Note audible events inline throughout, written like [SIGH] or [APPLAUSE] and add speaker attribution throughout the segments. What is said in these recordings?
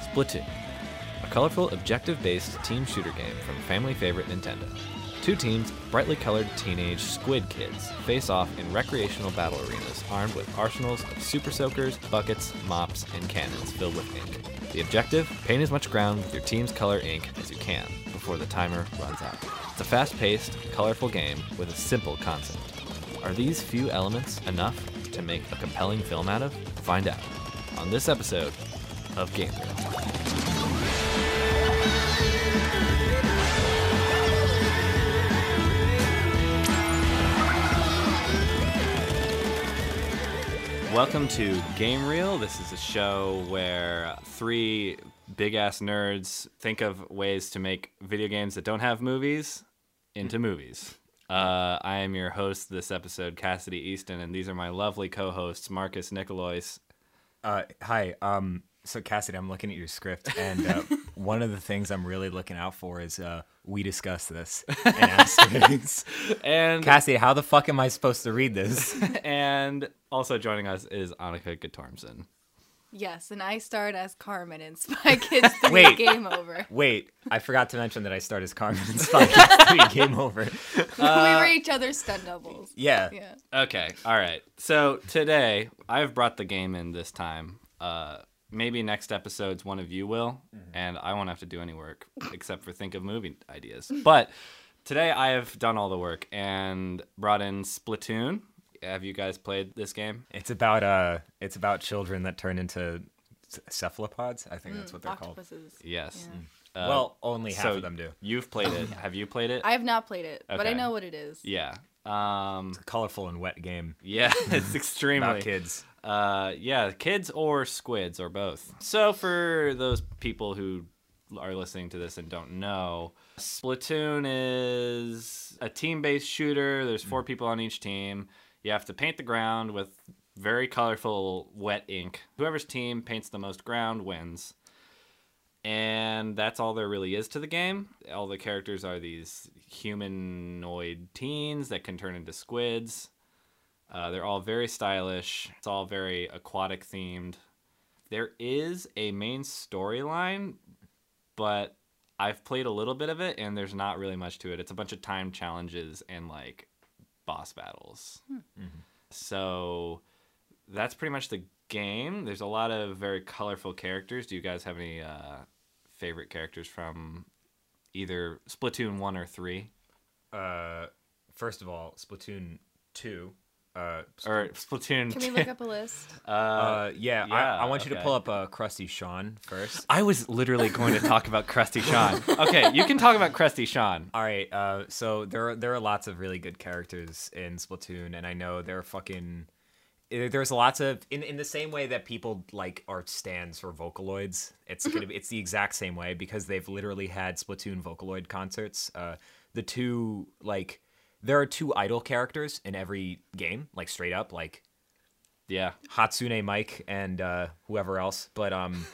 Speaker 1: Splatoon, a colorful objective based team shooter game from family favorite Nintendo. Two teams, brightly colored teenage squid kids, face off in recreational battle arenas armed with arsenals of super soakers, buckets, mops, and cannons filled with ink. The objective? Paint as much ground with your team's color ink as you can before the timer runs out. It's a fast paced, colorful game with a simple concept. Are these few elements enough to make a compelling film out of? Find out on this episode of Game Reel. Welcome to Game Reel. This is a show where three big ass nerds think of ways to make video games that don't have movies into movies. Uh, I am your host this episode, Cassidy Easton, and these are my lovely co hosts, Marcus Nicolois.
Speaker 2: Uh, hi. Um, so Cassidy, I'm looking at your script, and
Speaker 3: [LAUGHS]
Speaker 2: uh, one of the things I'm really looking out for is uh, we discuss this.
Speaker 3: [LAUGHS]
Speaker 2: And asterisks.
Speaker 1: And,
Speaker 2: Cassidy, how the fuck am I supposed to read
Speaker 3: [LAUGHS]
Speaker 2: this?
Speaker 1: and also joining us is Annika Guttormson.
Speaker 3: Yes, and I starred as Carmen in
Speaker 2: [LAUGHS]
Speaker 3: Spy Kids 3
Speaker 2: Wait.
Speaker 3: Game Over. [LAUGHS]
Speaker 2: Wait, I forgot to mention that I started as Carmen in [LAUGHS] Spy Kids 3 Game Over.
Speaker 3: we were each other's stunt doubles.
Speaker 2: Uh, Yeah.
Speaker 3: Yeah.
Speaker 1: Okay, all right. So today I've brought the game in this time. Uh, maybe next episodes one of you will,
Speaker 2: Mm-hmm.
Speaker 1: and I won't have to do any work except for think of movie ideas. But today I have done all the work and brought in Splatoon. Have you guys played this game?
Speaker 2: It's about uh, it's about children that turn into c- cephalopods. I think that's what they're called.
Speaker 3: Mm, Octopuses.
Speaker 1: Yes.
Speaker 3: Yeah.
Speaker 1: Uh,
Speaker 2: Mm. well, only half
Speaker 1: so
Speaker 2: of them do.
Speaker 1: You've played
Speaker 3: [LAUGHS]
Speaker 1: it. Have you played it?
Speaker 3: I have not played it, but I
Speaker 1: Okay.
Speaker 3: know what it is.
Speaker 1: yeah. Um, [LAUGHS]
Speaker 2: Colorful and wet game
Speaker 1: yeah, it's
Speaker 2: about
Speaker 1: extremely
Speaker 2: kids.
Speaker 1: Uh, yeah, kids or squids or both. So for those people who are listening to this and don't know, Splatoon is a team-based shooter. There's four people on each team. You have to paint the ground with very colorful wet ink. Whoever's team paints the most ground wins. And that's all there really is to the game. All the characters are these humanoid teens that can turn into squids. Uh, they're all very stylish. It's all very aquatic themed. There is a main storyline, but I've played a little bit of it and there's not really much to it. It's a bunch of time challenges and like boss battles.
Speaker 3: Hmm.
Speaker 1: So that's pretty much the game. There's a lot of very colorful characters. Do you guys have any uh, favorite characters from either Splatoon 1 or 3?
Speaker 2: Uh, first of all, Splatoon 2. Uh,
Speaker 1: Or Splatoon
Speaker 3: Can we
Speaker 2: [LAUGHS]
Speaker 3: look up a list? [LAUGHS]
Speaker 2: Uh, yeah,
Speaker 1: yeah,
Speaker 2: I, I want you
Speaker 1: okay.
Speaker 2: to pull up uh, Krusty Sean first.
Speaker 1: I was
Speaker 2: [LAUGHS]
Speaker 1: literally going to talk about Krusty Sean. Okay, you can talk about Krusty Sean.
Speaker 2: All right, uh, so there are, there are lots of really good characters in Splatoon, and I know there are fucking eh, there's lots of in, in the same way that people like are stands for Vocaloids. It's gonna be, it's the exact same way because they've literally had Splatoon Vocaloid concerts. Uh, the two like there are two idol characters in every game, like straight up, like
Speaker 1: Yeah.
Speaker 2: Hatsune Mike and uh, whoever else. But um,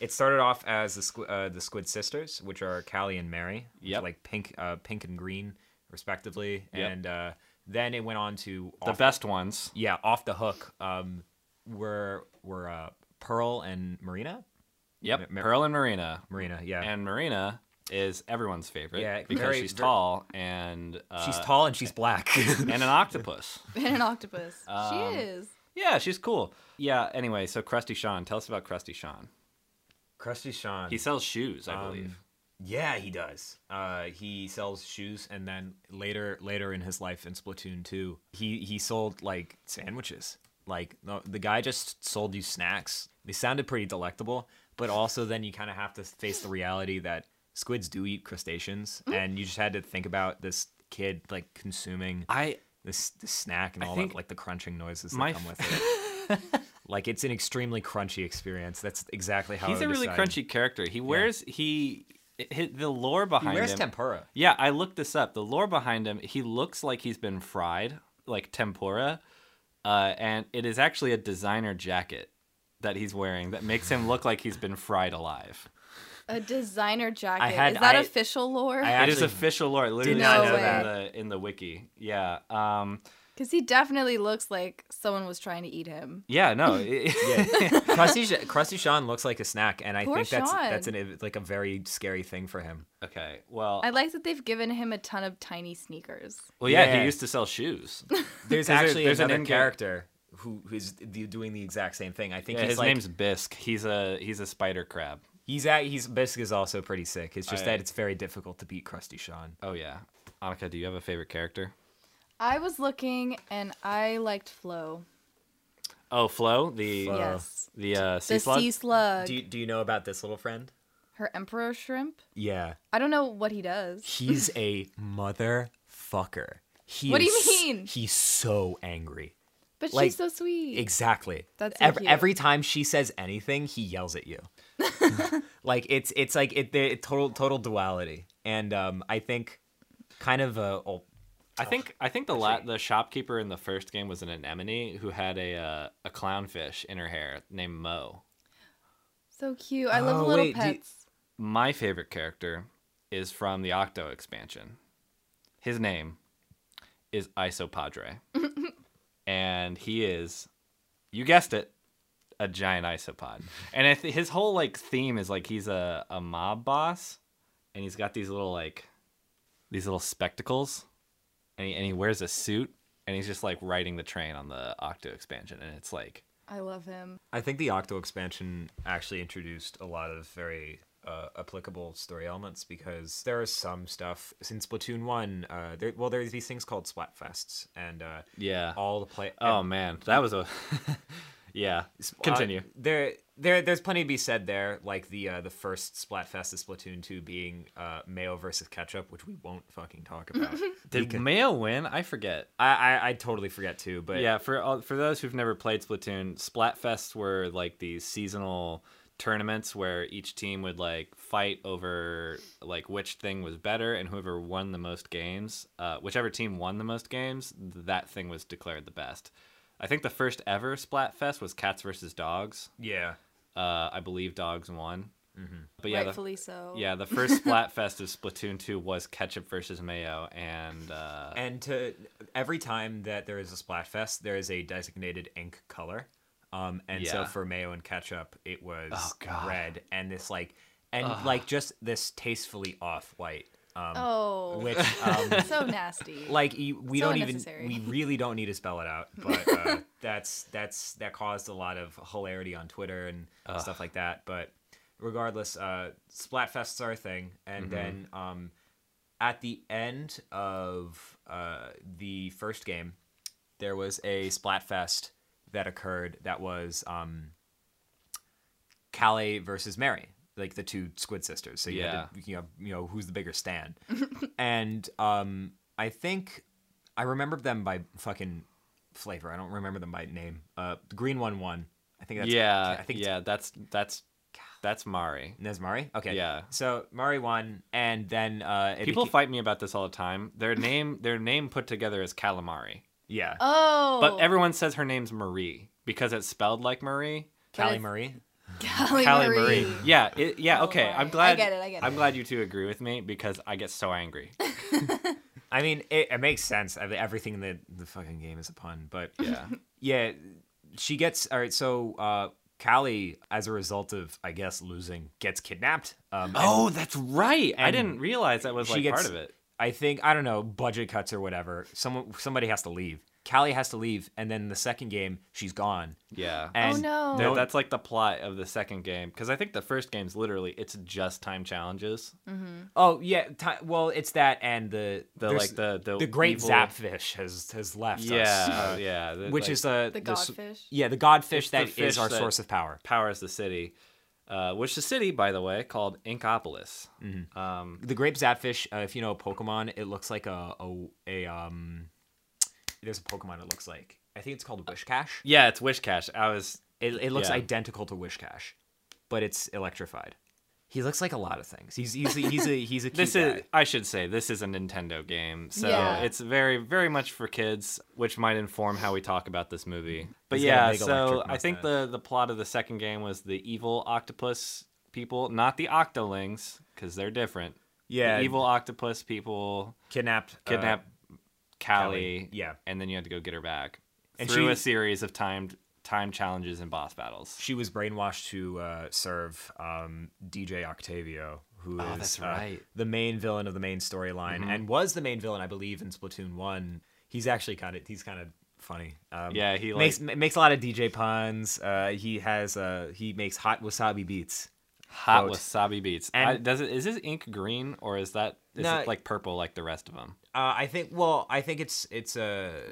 Speaker 2: it started off as the squ- uh, the Squid Sisters, which are Callie and Mary, which are
Speaker 1: Yep.
Speaker 2: like pink, uh, pink and green, respectively.
Speaker 1: Yep.
Speaker 2: And uh, then it went on to
Speaker 1: The
Speaker 2: off-
Speaker 1: best ones.
Speaker 2: yeah, off the hook. Um, were were uh, Pearl and Marina,
Speaker 1: Yep.
Speaker 2: Ma-
Speaker 1: Pearl and Marina.
Speaker 2: Marina, yeah.
Speaker 1: And Marina is everyone's favorite
Speaker 2: Yeah,
Speaker 1: because
Speaker 2: very-
Speaker 1: she's
Speaker 2: very-
Speaker 1: tall and uh,
Speaker 2: she's tall and she's
Speaker 1: [LAUGHS]
Speaker 2: black.
Speaker 1: and an octopus.
Speaker 3: And an octopus.
Speaker 1: Um,
Speaker 3: she is.
Speaker 1: Yeah, she's cool. Yeah, anyway, so Krusty Sean, tell us about Krusty Sean.
Speaker 2: Krusty Sean.
Speaker 1: He sells shoes, I
Speaker 2: Um,
Speaker 1: believe.
Speaker 2: Yeah, he does. Uh, he sells shoes, and then later, later in his life in Splatoon two, he he sold like sandwiches. Like no, the guy just sold you snacks. They sounded pretty delectable, but also then you kind of have to face the reality that squids do eat crustaceans,
Speaker 1: Mm-hmm.
Speaker 2: and you just had to think about this kid like consuming
Speaker 1: I
Speaker 2: this, this snack and
Speaker 1: I
Speaker 2: all
Speaker 1: think
Speaker 2: that, like the crunching noises that
Speaker 1: my
Speaker 2: come
Speaker 1: [LAUGHS] f-
Speaker 2: with it. like it's an extremely crunchy experience. That's exactly how I
Speaker 1: he's a
Speaker 2: would
Speaker 1: really
Speaker 2: decide.
Speaker 1: crunchy character. He wears he, hi the lore
Speaker 2: He
Speaker 1: behind
Speaker 2: wears
Speaker 1: him.
Speaker 2: tempura.
Speaker 1: Yeah, I looked this up. The lore behind him, he looks like he's been fried, like tempura. Uh, and it is actually a designer jacket that he's wearing that makes him look like he's been fried alive.
Speaker 3: A designer jacket.
Speaker 2: had-
Speaker 3: is that
Speaker 2: I-
Speaker 3: official lore?
Speaker 2: I
Speaker 3: [LAUGHS]
Speaker 1: It is
Speaker 2: actually
Speaker 1: official lore. It literally
Speaker 2: not
Speaker 1: says
Speaker 3: know
Speaker 1: it in
Speaker 3: that.
Speaker 1: the in the wiki. Yeah. Um,
Speaker 3: Because he definitely looks like someone was trying to eat him.
Speaker 1: Yeah, no. it-
Speaker 2: [LAUGHS] Yeah, Krusty, Sh- Krusty Sean looks like a snack, and I
Speaker 3: Poor
Speaker 2: think that's that's
Speaker 3: Sean.
Speaker 2: an like a very scary thing for him.
Speaker 1: [LAUGHS] okay. Well,
Speaker 3: I like that they've given him a ton of tiny sneakers.
Speaker 1: well, yeah,
Speaker 2: Yeah.
Speaker 1: He used to sell shoes.
Speaker 2: [LAUGHS] There's
Speaker 1: There's a-
Speaker 2: actually
Speaker 1: there's an
Speaker 2: another
Speaker 1: in-game-
Speaker 2: character who who's d- doing the exact same thing. I think
Speaker 1: Yeah,
Speaker 2: he's
Speaker 1: his
Speaker 2: like
Speaker 1: name's Bisk. He's a he's a spider crab.
Speaker 2: he's at he's Bisk is also pretty sick. It's just
Speaker 1: I-
Speaker 2: that it's very difficult to beat Krusty Sean.
Speaker 1: Oh yeah. Annika, do you have a favorite character?
Speaker 3: I was looking and I liked Flo.
Speaker 1: Oh, Flo, the
Speaker 2: Flo.
Speaker 3: yes.
Speaker 1: the uh, sea
Speaker 3: The
Speaker 1: slug.
Speaker 3: sea slug.
Speaker 2: Do you, do you know about this little friend?
Speaker 3: Her emperor shrimp.
Speaker 2: Yeah,
Speaker 3: I don't know what he does. [LAUGHS]
Speaker 2: he's a motherfucker. He
Speaker 3: What do you
Speaker 2: is-
Speaker 3: mean?
Speaker 2: He's so angry.
Speaker 3: But
Speaker 2: Like,
Speaker 3: she's so sweet.
Speaker 2: Exactly.
Speaker 3: That's so
Speaker 2: every,
Speaker 3: cute.
Speaker 2: every time she says anything, he yells
Speaker 3: [LAUGHS]
Speaker 2: at you. like it's it's like it, the it total total duality, and um, I think kind of a oh,
Speaker 1: I think I think the la- the shopkeeper in the first game was an anemone who had a uh, a clownfish in her hair named Mo.
Speaker 3: so cute. I love
Speaker 2: Oh,
Speaker 3: little
Speaker 2: wait, do you-
Speaker 3: pets.
Speaker 1: My favorite character is from the Octo expansion. His name is Isopadre, and he is, you guessed it, a giant isopod. And I th- his whole like theme is like he's a a mob boss, and he's got these little like these little spectacles, and he, and he wears a suit, and he's just like riding the train on the Octo expansion, and it's like
Speaker 3: I love him.
Speaker 2: I think the Octo expansion actually introduced a lot of very uh, applicable story elements because there is some stuff since Splatoon one. Uh, there, well, there's these things called Splatfests, and uh,
Speaker 1: yeah.
Speaker 2: all the play.
Speaker 1: Oh man, that was a [LAUGHS] yeah. Continue.
Speaker 2: Uh, there, there, there's plenty to be said there. Like the uh, the first Splatfest of Splatoon two being uh, mayo versus ketchup, which we won't fucking talk
Speaker 1: [LAUGHS]
Speaker 2: about.
Speaker 1: Did Mayo win? I forget.
Speaker 2: I, I I totally forget too, but
Speaker 1: yeah, for all, for those who've never played Splatoon, Splatfests were like these seasonal tournaments where each team would like fight over like which thing was better and whoever won the most games, uh, whichever team won the most games, that thing was declared the best. I think the first ever Splatfest was cats versus dogs.
Speaker 2: yeah,
Speaker 1: Uh, I believe dogs won. But yeah, the-
Speaker 3: Rightfully so.
Speaker 1: Yeah,
Speaker 3: [LAUGHS]
Speaker 1: the first Splatfest of Splatoon 2 was ketchup versus mayo, and uh,
Speaker 2: and to every time that there is a Splatfest, there is a designated ink color. Um, and so
Speaker 1: Yeah.
Speaker 2: for mayo and ketchup, it was
Speaker 1: Oh, God.
Speaker 2: red, and this like, and like just this tastefully off white, um,
Speaker 3: Oh. [LAUGHS]
Speaker 2: which um, [LAUGHS]
Speaker 3: so nasty.
Speaker 2: like you, we
Speaker 3: So
Speaker 2: don't even
Speaker 3: unnecessary. [LAUGHS]
Speaker 2: we really don't need to spell it out but uh, that's that's that caused a lot of hilarity on twitter and stuff like that but regardless uh splatfests are a thing and then um at the end of uh the first game there was a splatfest that occurred that was um Calais versus Mary, like the two squid sisters. So you had to, you know, you know who's the bigger Stan. [LAUGHS] and um, I think I remember them by fucking flavor. I don't remember them by name. Uh, the green one won. I think that's
Speaker 1: yeah,
Speaker 2: I think it's
Speaker 1: yeah, that's that's that's Mari.
Speaker 2: Nesmari. Okay.
Speaker 1: Yeah.
Speaker 2: So Mari won, and then uh, it
Speaker 1: People
Speaker 2: beca-
Speaker 1: fight me about this all the time. Their
Speaker 2: [LAUGHS]
Speaker 1: name their name put together is calamari,
Speaker 2: yeah.
Speaker 3: oh.
Speaker 1: but everyone says her name's Marie because it's spelled like Marie.
Speaker 2: Callie
Speaker 3: it's-
Speaker 2: Marie.
Speaker 3: Callie
Speaker 1: Callie
Speaker 3: Marie.
Speaker 1: Marie. Yeah, it, yeah.
Speaker 3: Oh
Speaker 1: Okay,
Speaker 3: my.
Speaker 1: I'm glad.
Speaker 3: I get it, I get
Speaker 1: am
Speaker 3: it.
Speaker 1: glad you two agree with me because I get so
Speaker 2: [LAUGHS]
Speaker 1: angry.
Speaker 2: I mean, it, it makes sense. I mean, Everything in the the fucking game is a pun,
Speaker 3: [LAUGHS]
Speaker 2: but yeah, yeah. She gets all right. So uh, Callie, as a result of I guess losing, gets kidnapped. Um, and
Speaker 1: oh, that's right. I
Speaker 2: and
Speaker 1: didn't realize that was
Speaker 2: she
Speaker 1: like
Speaker 2: gets-
Speaker 1: part of it.
Speaker 2: I think I don't know budget cuts or whatever. Someone somebody has to leave. Callie has to leave, and then the second game she's gone.
Speaker 1: Yeah.
Speaker 2: And
Speaker 3: Oh, no.
Speaker 1: Th-
Speaker 3: No,
Speaker 1: that's like the plot of the second game because I think the first game's literally it's just time challenges.
Speaker 2: oh yeah. Ti well, it's that and the
Speaker 1: The
Speaker 2: there's-
Speaker 1: like the the,
Speaker 2: the great
Speaker 1: evil-
Speaker 2: zapfish has has left us.
Speaker 1: Yeah, yeah. the-
Speaker 2: Which
Speaker 1: like,
Speaker 2: is uh,
Speaker 3: The
Speaker 2: s-
Speaker 3: godfish?
Speaker 2: Yeah, the
Speaker 1: It's
Speaker 2: godfish
Speaker 1: the
Speaker 2: that is
Speaker 1: fish
Speaker 2: our
Speaker 1: that-
Speaker 2: source of power.
Speaker 1: powers the city, uh, which the city, by the way, called Inkopolis.
Speaker 2: Mm-hmm. the grape zapfish. Uh, if you know Pokemon, it looks like a a, a um. There's a Pokemon. It looks like I think it's called Wishcash.
Speaker 1: Yeah, it's Wish Cash. I was
Speaker 2: It it looks
Speaker 1: Yeah.
Speaker 2: identical to Wishcash, but it's electrified. He looks like a lot of things. He's he's a, he's a he's a
Speaker 1: [LAUGHS]
Speaker 2: cute
Speaker 1: this
Speaker 2: guy.
Speaker 1: is I should say this is a Nintendo game, so
Speaker 3: Yeah.
Speaker 1: it's very very much for kids, which might inform how we talk about this movie. But
Speaker 2: He's got a
Speaker 1: yeah,
Speaker 2: big
Speaker 1: so
Speaker 2: electric
Speaker 1: I think the the plot of the second game was the evil octopus people, not the Octolings, because they're different.
Speaker 2: Yeah.
Speaker 1: the evil octopus people
Speaker 2: kidnapped uh,
Speaker 1: kidnap Callie,
Speaker 2: Callie, yeah.
Speaker 1: and then you had to go get her back
Speaker 2: And
Speaker 1: through
Speaker 2: she-
Speaker 1: a series of timed time challenges and boss battles.
Speaker 2: She was brainwashed to uh, serve um, DJ Octavio, who is
Speaker 1: Oh, that's
Speaker 2: uh,
Speaker 1: right. Mm-hmm.
Speaker 2: the main villain of the main storyline and was the main villain, I believe, in Splatoon One. He's actually kind of he's kind of funny. Um,
Speaker 1: Yeah, he,
Speaker 2: makes
Speaker 1: like-
Speaker 2: ma- makes a lot of DJ puns. Uh, he has uh, he makes hot wasabi beats.
Speaker 1: Hot
Speaker 2: Quote.
Speaker 1: wasabi beats.
Speaker 2: And-
Speaker 1: I, does it is this ink green or is that is
Speaker 2: No,
Speaker 1: it like purple like the rest of them?
Speaker 2: Uh, I think. Well, I think it's it's uh, I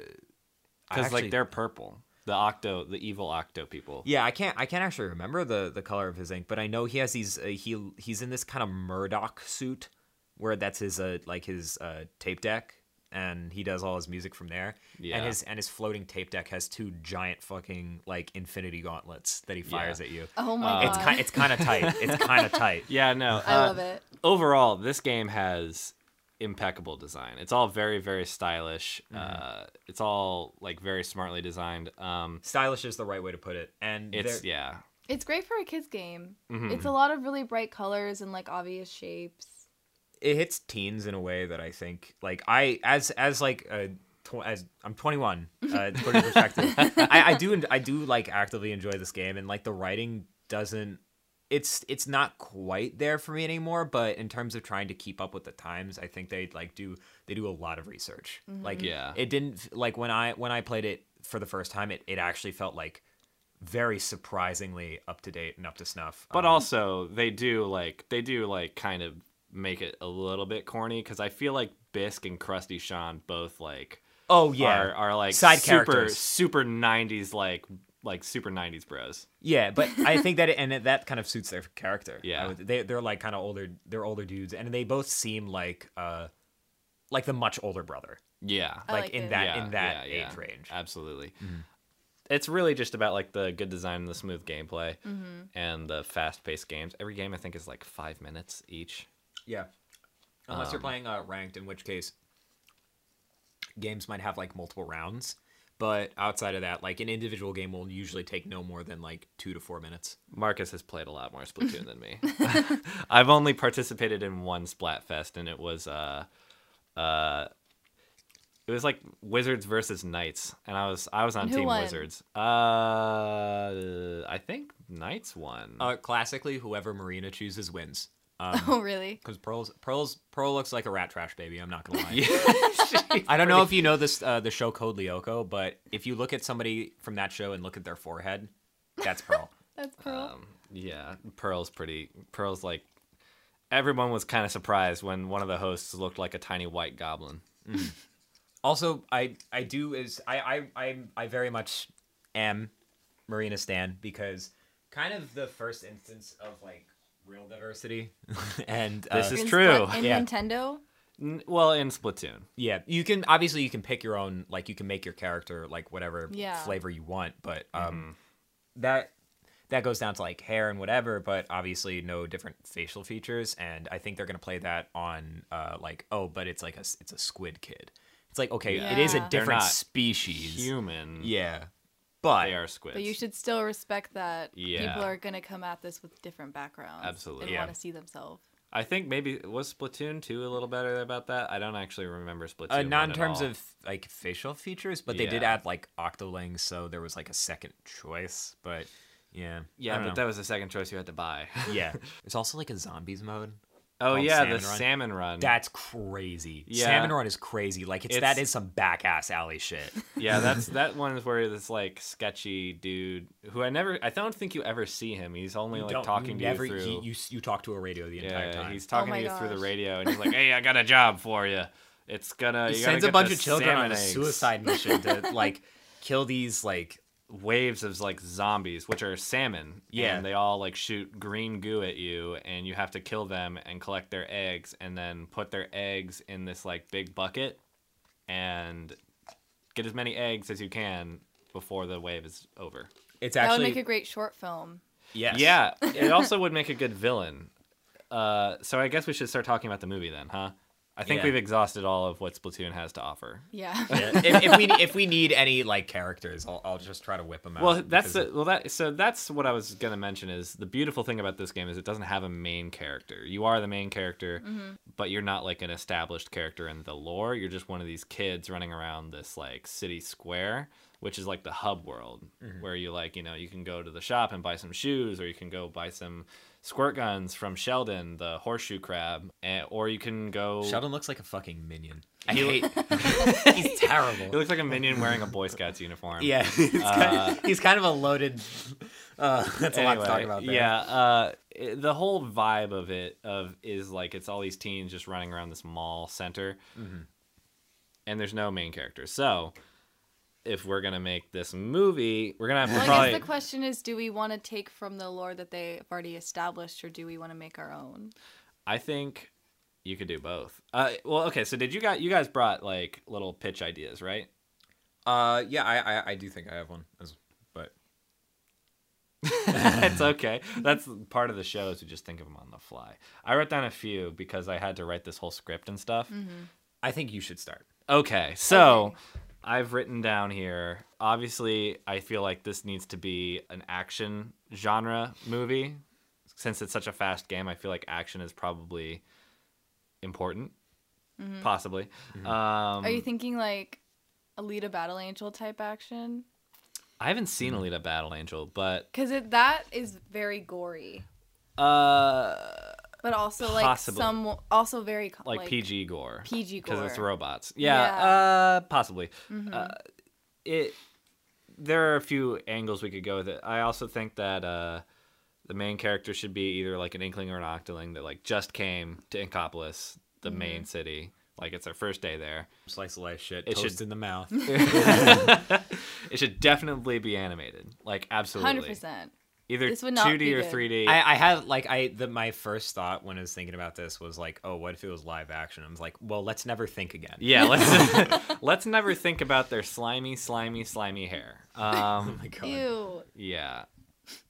Speaker 1: Because
Speaker 2: actually-
Speaker 1: like they're purple. The octo, the evil octo people.
Speaker 2: Yeah, I can't. I can't actually remember the the color of his ink, but I know he has these. Uh, he he's in this kind of Murdoch suit, where that's his uh like his uh tape deck, and he does all his music from there.
Speaker 1: Yeah.
Speaker 2: And his and his floating tape deck has two giant fucking like infinity gauntlets that he fires
Speaker 1: Yeah.
Speaker 2: at you.
Speaker 3: Oh my
Speaker 2: Uh, It's
Speaker 3: god.
Speaker 2: kind. It's kind of tight. It's kind of tight.
Speaker 1: Yeah, no.
Speaker 3: [LAUGHS] I
Speaker 1: uh,
Speaker 3: love it.
Speaker 1: Overall, this game has impeccable design. It's all very, very stylish. Uh, it's all like very smartly designed. Um,
Speaker 2: Stylish is the right way to put it, and
Speaker 1: it's
Speaker 2: there-
Speaker 1: yeah,
Speaker 3: It's great for a kids game.
Speaker 2: Mm-hmm.
Speaker 3: It's a lot of really bright colors and like obvious shapes. [LAUGHS]
Speaker 2: it hits teens in a way that I think like I as as like uh tw- as I'm 21 uh, to put it in perspective I, I do en- I do like actively enjoy this game and like the writing doesn't it's it's not quite there for me anymore but in terms of trying to keep up with the times I think they like do they do a lot of research like
Speaker 1: Yeah.
Speaker 2: it didn't f- like when I when I played it for the first time it it actually felt like very surprisingly up to date and up to snuff
Speaker 1: but
Speaker 2: Um,
Speaker 1: also they do like they do like kind of make it a little bit corny because I feel like Bisque and Krusty Sean both like
Speaker 2: oh yeah
Speaker 1: are, are like
Speaker 2: Side
Speaker 1: super
Speaker 2: characters.
Speaker 1: super '90s like like super '90s bros.
Speaker 2: Yeah, but I think
Speaker 3: [LAUGHS]
Speaker 2: that it, and that kind of suits their character.
Speaker 1: Yeah.
Speaker 2: I would- they they're like kind of older. They're older dudes, and they both seem like uh, like the much older brother,
Speaker 1: Yeah,
Speaker 3: I
Speaker 2: like,
Speaker 3: like
Speaker 2: in
Speaker 3: it.
Speaker 2: that in that
Speaker 1: yeah, Uh, yeah.
Speaker 2: age range.
Speaker 1: Absolutely.
Speaker 2: Mm-hmm.
Speaker 1: It's really just about like the good design and the smooth gameplay
Speaker 2: Mm-hmm.
Speaker 1: and the fast-paced games. Every game I think is like five minutes each.
Speaker 2: yeah, unless
Speaker 1: um,
Speaker 2: you're playing uh, ranked, in which case games might have like multiple rounds. But outside of that, like an individual game will usually take no more than like two to four minutes.
Speaker 1: Marcus has played a lot more
Speaker 3: [LAUGHS]
Speaker 1: Splatoon than me. [LAUGHS] I've only participated in one Splatfest, and it was uh, uh, it was like Wizards versus Knights, and I was I was on
Speaker 3: Who
Speaker 1: Team
Speaker 3: won?
Speaker 1: Wizards. Uh, I think Knights won.
Speaker 2: Uh, classically, whoever Marina chooses wins.
Speaker 3: oh really?
Speaker 2: Because Pearl's Pearl's Pearl looks like a rat trash baby. I'm not gonna lie.
Speaker 1: [LAUGHS] Yeah.
Speaker 2: I don't know if you know this uh, the show Code Lyoko, but if you look at somebody from that show and look at their forehead, that's Pearl.
Speaker 3: That's Pearl.
Speaker 1: Um, yeah, Pearl's pretty. Pearl's like everyone was kind of surprised when one of the hosts looked like a tiny white goblin.
Speaker 2: also, I I do is I I I, I very much am Marina Stan because kind of the first instance of like real diversity, [LAUGHS] and uh,
Speaker 1: This is- it's
Speaker 3: In
Speaker 1: true.
Speaker 3: Splat- in
Speaker 2: Yeah.
Speaker 3: Nintendo,
Speaker 1: N- well, in Splatoon,
Speaker 2: yeah you can obviously you can pick your own like you can make your character like whatever
Speaker 3: Yeah.
Speaker 2: flavor you want, but um
Speaker 1: Mm-hmm.
Speaker 2: that that goes down to like hair and whatever, but obviously no different facial features. And I think they're gonna play that on uh, like oh, but it's like a s- it's a squid kid. It's like okay, it is a
Speaker 3: Yeah. They're
Speaker 2: different
Speaker 1: not
Speaker 2: species.
Speaker 1: human.
Speaker 2: Yeah, but
Speaker 1: they are squids.
Speaker 3: but you should still respect that
Speaker 1: Yeah.
Speaker 3: people are gonna come at this with different backgrounds.
Speaker 1: Absolutely.
Speaker 3: And
Speaker 2: Yeah.
Speaker 3: want to see themselves.
Speaker 1: I think maybe was Splatoon two a little better about that. I don't actually remember Splatoon.
Speaker 2: uh, not
Speaker 1: one
Speaker 2: in
Speaker 1: at
Speaker 2: terms
Speaker 1: all.
Speaker 2: of like facial features, but they did
Speaker 1: Yeah.
Speaker 2: add like octoling, so there was like a second choice. But yeah, I
Speaker 1: yeah,
Speaker 2: don't
Speaker 1: but
Speaker 2: know.
Speaker 1: that was the second choice you had to
Speaker 2: [LAUGHS]
Speaker 1: buy.
Speaker 2: yeah, there's also like a zombies mode.
Speaker 1: [LAUGHS] oh
Speaker 2: Called
Speaker 1: yeah,
Speaker 2: Salmon
Speaker 1: the
Speaker 2: Run.
Speaker 1: salmon run.
Speaker 2: That's crazy.
Speaker 1: Mm. Yeah.
Speaker 2: Salmon Run is crazy. Like it's, that
Speaker 1: It's-
Speaker 2: is some back ass alley shit.
Speaker 1: [LAUGHS] Yeah,
Speaker 2: [LAUGHS]
Speaker 1: that's that one is where this like sketchy dude who I never I don't think you ever see him. He's only [LAUGHS] like
Speaker 2: Don't-
Speaker 1: talking to
Speaker 2: never-
Speaker 1: you through
Speaker 2: he- you, s- you talk to a radio the entire time.
Speaker 1: He's talking
Speaker 3: Oh my
Speaker 1: to you through the
Speaker 3: gosh.
Speaker 1: radio, and he's
Speaker 2: [LAUGHS]
Speaker 1: like, "Hey, I got a job for you. It's gonna."
Speaker 2: he
Speaker 1: you gotta
Speaker 2: sends a
Speaker 1: get
Speaker 2: bunch
Speaker 1: the
Speaker 2: of children on
Speaker 1: salmon
Speaker 2: a
Speaker 1: eggs."
Speaker 2: suicide mission
Speaker 1: [LAUGHS]
Speaker 2: to like kill these like
Speaker 1: Waves of like zombies, which are salmon.
Speaker 2: Yeah.
Speaker 1: and they all like shoot green goo at you, and you have to kill them and collect their eggs, and then put their eggs in this like big bucket, and get as many eggs as you can before the wave is over.
Speaker 2: it's
Speaker 3: That would
Speaker 2: actually
Speaker 3: make a great short film.
Speaker 2: yes.
Speaker 1: Yeah,
Speaker 2: [LAUGHS]
Speaker 1: it also would make a good villain. Uh, so I guess we should start talking about the movie then, huh? I think
Speaker 2: Yeah.
Speaker 1: we've exhausted all of what Splatoon has to offer.
Speaker 3: Yeah.
Speaker 2: if, if we if we need any like characters, I'll, I'll just try to whip them out.
Speaker 1: Well, that's
Speaker 2: Uh,
Speaker 1: the,
Speaker 2: because-
Speaker 1: well that so that's what I was gonna mention is the beautiful thing about this game is it doesn't have a main character. You are the main character, but you're not like an established character in the lore. You're just one of these kids running around this like city square, which is like the hub world
Speaker 2: Mm-hmm.
Speaker 1: where you like you know you can go to the shop and buy some shoes, or you can go buy some squirt guns from Sheldon, the horseshoe crab, and, or you can go.
Speaker 2: Sheldon looks like a fucking minion. I hate. [LAUGHS]
Speaker 1: [LAUGHS]
Speaker 2: he's
Speaker 1: He
Speaker 2: terrible.
Speaker 1: looks like a minion wearing a
Speaker 2: [LAUGHS]
Speaker 1: Boy Scouts uniform. [LAUGHS]
Speaker 2: Yeah, he's, kind of, he's kind of a loaded. Uh, [LAUGHS] that's a lot to talk
Speaker 1: Anyway,
Speaker 2: about. There.
Speaker 1: Yeah, uh, it- the whole vibe of it of is like it's all these teens just running around this mall center,
Speaker 2: Mm-hmm.
Speaker 1: and there's no main character. So, if we're gonna make this movie, we're gonna have
Speaker 3: Well,
Speaker 1: to
Speaker 3: I
Speaker 1: probably.
Speaker 3: guess the question is, do we want to take from the lore that they've already established, or do we want to make our own?
Speaker 1: I think you could do both. Uh, well, okay. So did you guys? You guys brought like little pitch ideas,
Speaker 2: [LAUGHS]
Speaker 1: right?
Speaker 2: Uh, yeah, I, I I do think I have one, as, but
Speaker 1: it's okay. That's part of the show is we just think of them on the fly. I wrote down a few because I had to write this whole script and stuff.
Speaker 3: Mm-hmm.
Speaker 2: I think you should start.
Speaker 1: Okay, so I've written down here. Obviously, I feel like this needs to be an action genre movie. Since it's such a fast game, I feel like action is probably important, possibly. Um,
Speaker 3: Mm-hmm. Are you thinking like Alita Battle Angel type action?
Speaker 1: I haven't seen Alita Battle Angel, but
Speaker 3: Because that is very gory,
Speaker 1: uh,
Speaker 3: but also like
Speaker 1: Possibly.
Speaker 3: some also very co-
Speaker 1: like, PG gore.
Speaker 3: PG
Speaker 1: Because it's
Speaker 3: gore.
Speaker 1: robots. Yeah,
Speaker 3: Yeah. Mm-hmm.
Speaker 1: Uh, possibly. Uh, it. There are a few angles we could go with it. I also think that uh, the main character should be either like an inkling or an octoling that like just came to Inkopolis, the
Speaker 3: Mm-hmm.
Speaker 1: main city. Like it's their first day
Speaker 3: [LAUGHS]
Speaker 1: there.
Speaker 2: Slice of life shit.
Speaker 1: It should-
Speaker 2: toast in the mouth.
Speaker 1: It should definitely be animated. Like absolutely.
Speaker 3: hundred percent.
Speaker 1: Either
Speaker 3: This would not
Speaker 1: 2D
Speaker 3: be
Speaker 1: or
Speaker 3: good.
Speaker 1: 3D.
Speaker 2: [LAUGHS] I, I had like I the my first thought when I was thinking about this was like, oh, what if it was live action? I was like, well, let's never think again.
Speaker 1: yeah,
Speaker 3: [LAUGHS]
Speaker 1: let's [LAUGHS] let's never think about their slimy, slimy, slimy hair. Um,
Speaker 2: [LAUGHS]
Speaker 3: [LAUGHS]
Speaker 2: Oh my god.
Speaker 3: Ew.
Speaker 1: Yeah.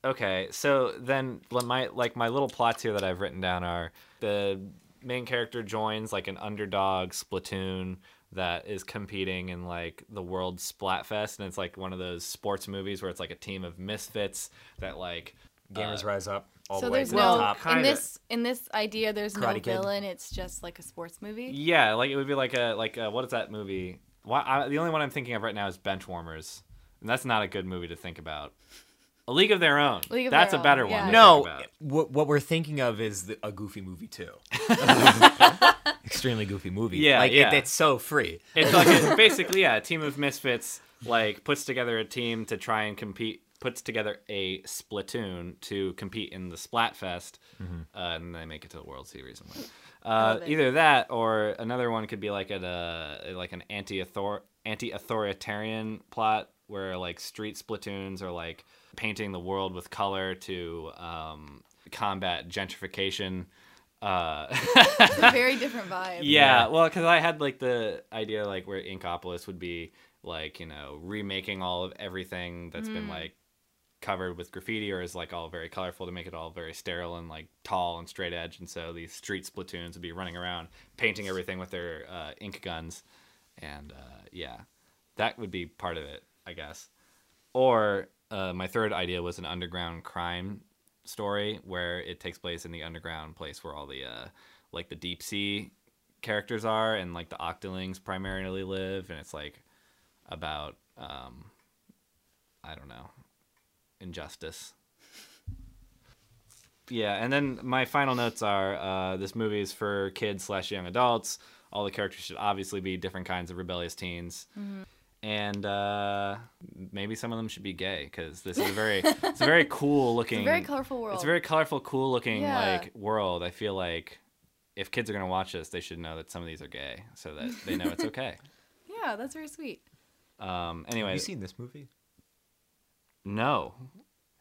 Speaker 1: Okay, so then l- my like my little plots here that I've written down are the main character joins like an underdog splatoon that is competing in like the world splatfest and it's like one of those sports movies where it's like a team of misfits that like uh,
Speaker 2: Gamers rise up all
Speaker 3: So
Speaker 2: the way
Speaker 3: there's
Speaker 2: to the
Speaker 1: well,
Speaker 3: no
Speaker 2: [LAUGHS] top.
Speaker 1: kinda.
Speaker 3: in this in this idea. There's
Speaker 2: Karate
Speaker 3: no
Speaker 2: Kid.
Speaker 3: villain. It's just like a sports movie.
Speaker 1: yeah like it would be like a like a, what is that movie why I, the only one i'm thinking of right now is benchwarmers and that's not a good movie to think about a league of their own
Speaker 3: League of
Speaker 1: that's
Speaker 3: Their
Speaker 1: a
Speaker 3: Own,
Speaker 1: better
Speaker 3: yeah.
Speaker 1: one to
Speaker 2: No,
Speaker 1: think about.
Speaker 2: what what we're thinking of is the, a goofy movie [LAUGHS] too. Extremely goofy movie.
Speaker 1: Yeah,
Speaker 2: like
Speaker 1: yeah.
Speaker 2: It, it's so free.
Speaker 1: It's like a, basically yeah, a team of misfits like puts together a team to try and compete. Puts together a splatoon to compete in the Splatfest, uh, and they make it to the World Series and win. Uh,
Speaker 3: Love it.
Speaker 1: either that or another one could be like at a like an anti anti authoritarian plot where like street splatoons are like painting the world with color to um, combat gentrification. Uh,
Speaker 3: It's a very different vibe.
Speaker 1: yeah, well, because I had like the idea like where Inkopolis would be like you know remaking all of everything that's been like covered with graffiti or is like all very colorful to make it all very sterile and like tall and straight edge, and so these street splatoons would be running around painting everything with their uh, ink guns, and uh, yeah, that would be part of it, I guess. Or uh, my third idea was an underground crime story where it takes place in the underground place where all the uh, like the deep sea characters are and like the octolings primarily live and it's like about um i don't know injustice yeah and then my final notes are uh this movie is for kids slash young adults all the characters should obviously be different kinds of rebellious teens
Speaker 3: Mm-hmm.
Speaker 1: and uh maybe some of them should be gay because this is a very it's a very
Speaker 3: [LAUGHS]
Speaker 1: cool looking
Speaker 3: It's a very colorful world.
Speaker 1: it's a very colorful, cool looking
Speaker 3: Yeah.
Speaker 1: like world. I feel like if kids are gonna watch this, they should know that some of these are gay, so that they know it's
Speaker 3: [LAUGHS]
Speaker 1: okay.
Speaker 3: yeah, that's very sweet.
Speaker 1: Um.
Speaker 2: Have
Speaker 1: Anyway,
Speaker 2: you seen this movie?
Speaker 1: no.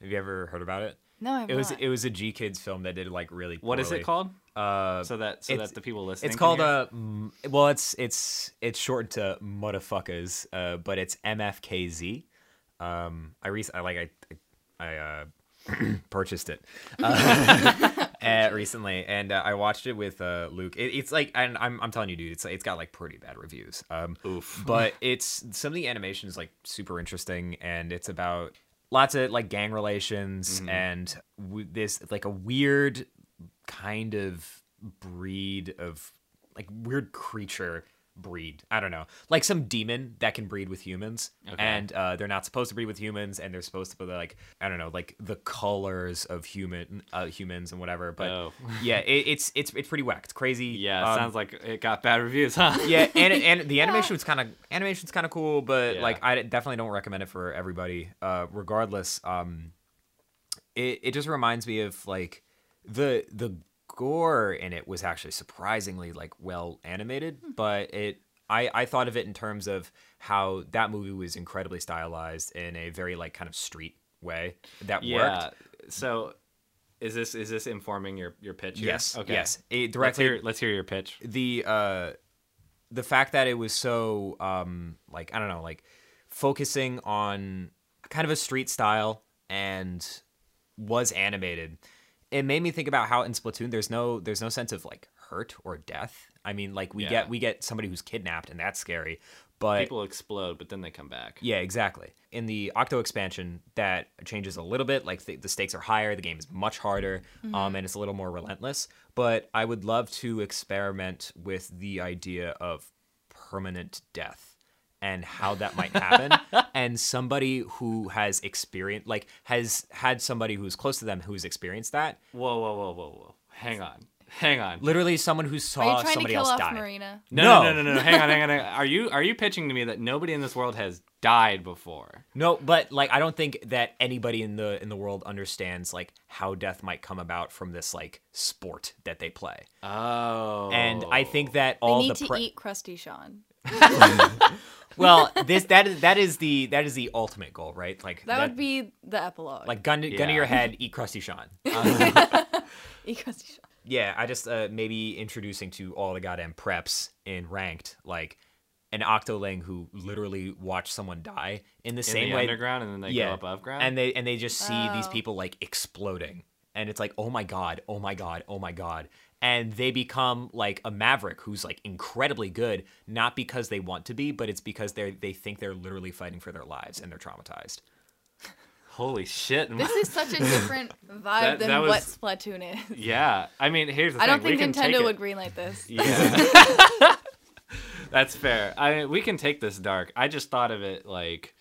Speaker 2: Have you ever heard about it?
Speaker 3: No, I've
Speaker 2: It was
Speaker 3: not.
Speaker 2: it was a G Kids film that did like really.
Speaker 1: What is it
Speaker 2: poorly.
Speaker 1: called?
Speaker 2: Uh,
Speaker 1: So that so
Speaker 2: it's-
Speaker 1: that the people listening.
Speaker 2: It's
Speaker 1: can
Speaker 2: called
Speaker 1: hear.
Speaker 2: uh, m- well, it's it's it's shortened to motherfuckers, uh, but it's MFKZ. Um, I rec- I like I I uh, [LAUGHS] purchased it, uh, uh, recently, and uh, I watched it with uh, Luke. It, it's like, and I'm, I'm telling you, dude, it's it's got like pretty bad reviews. Um,
Speaker 1: Oof.
Speaker 2: but it's some of the animation is like super interesting, and it's about lots of like gang relations
Speaker 1: Mm-hmm.
Speaker 2: and w- this like a weird kind of breed of like weird creature breed. I don't know, like some demon that can breed with humans,
Speaker 1: Okay.
Speaker 2: and uh, they're not supposed to breed with humans, and they're supposed to be like I don't know, like the colors of human uh, humans and whatever. But
Speaker 1: Oh. [LAUGHS]
Speaker 2: yeah, it, it's it's it's pretty whack. It's crazy.
Speaker 1: Yeah, it
Speaker 2: Um,
Speaker 1: sounds like it got bad reviews,
Speaker 2: [LAUGHS]
Speaker 1: huh?
Speaker 2: yeah, and and the animation was kind of animation's kind of cool, but
Speaker 1: Yeah.
Speaker 2: like I definitely don't recommend it for everybody. Uh, regardless, um, it it just reminds me of like the the gore in it was actually surprisingly like well animated, but it I I thought of it in terms of how that movie was incredibly stylized in a very like kind of street way that
Speaker 1: Yeah.
Speaker 2: worked.
Speaker 1: So, is this is this informing your your pitch? here?
Speaker 2: Yes,
Speaker 1: Okay.
Speaker 2: yes, it
Speaker 1: Let's
Speaker 2: directly
Speaker 1: hear, let's hear your pitch.
Speaker 2: the uh the fact that it was so um like I don't know like focusing on kind of a street style and was animated it made me think about how in Splatoon there's no there's no sense of like hurt or death I mean like we
Speaker 1: Yeah.
Speaker 2: get we get somebody who's kidnapped and that's scary but
Speaker 1: People explode, but then they come back.
Speaker 2: yeah, exactly. In the Octo expansion, that changes a little bit. Like the, the stakes are higher, the game is much harder,
Speaker 3: Mm-hmm.
Speaker 2: um, and it's a little more relentless. But I would love to experiment with the idea of permanent death and how that might
Speaker 3: [LAUGHS]
Speaker 2: happen. and somebody who has experienced, like, has had somebody who's close to them who's experienced that.
Speaker 1: Whoa, whoa, whoa, whoa, whoa. Hang on. Hang on.
Speaker 2: Literally, someone who saw
Speaker 3: Are you trying to
Speaker 2: somebody
Speaker 3: kill
Speaker 2: else
Speaker 3: off
Speaker 2: die.
Speaker 3: Marina?
Speaker 1: No, no, no, no, no. Hang on, hang on. hang on. Are you are you pitching to me that nobody in this world has died before?
Speaker 2: No, but like I don't think that anybody in the in the world understands like how death might come about from this like sport that they play.
Speaker 1: Oh.
Speaker 2: And I think that
Speaker 3: They
Speaker 2: all
Speaker 3: need
Speaker 2: the
Speaker 3: to
Speaker 2: pre-
Speaker 3: eat Krusty Sean. [LAUGHS]
Speaker 2: well, this that is that is the that is the ultimate goal, right? Like
Speaker 3: That, would be the epilogue. [LAUGHS]
Speaker 2: like gun to, gun to
Speaker 1: Yeah.
Speaker 2: your head, eat crusty Sean.
Speaker 3: eat Krusty Sean.
Speaker 2: yeah, I just uh, maybe introducing to all the goddamn preps in ranked like an octoling who literally watched someone die in the
Speaker 1: in
Speaker 2: same
Speaker 1: the
Speaker 2: way
Speaker 1: underground and then they go above ground.
Speaker 2: and they and they just see these
Speaker 3: Oh.
Speaker 2: people like exploding and it's like oh my god oh my god oh my god and they become like a maverick who's like incredibly good not because they want to be but it's because they they think they're literally fighting for their lives and they're traumatized
Speaker 1: Holy shit.
Speaker 3: This is such a different vibe
Speaker 1: That-
Speaker 3: than
Speaker 1: that
Speaker 3: what
Speaker 1: was-
Speaker 3: Splatoon
Speaker 1: [LAUGHS]
Speaker 3: is.
Speaker 1: yeah. I mean, here's the
Speaker 3: I
Speaker 1: thing.
Speaker 3: don't
Speaker 1: we
Speaker 3: think
Speaker 1: can take
Speaker 3: Nintendo
Speaker 1: it-
Speaker 3: would greenlight
Speaker 1: [LAUGHS]
Speaker 3: this.
Speaker 1: Yeah.
Speaker 3: [LAUGHS]
Speaker 1: [LAUGHS] That's fair. I mean, we can take this dark. I just thought of it like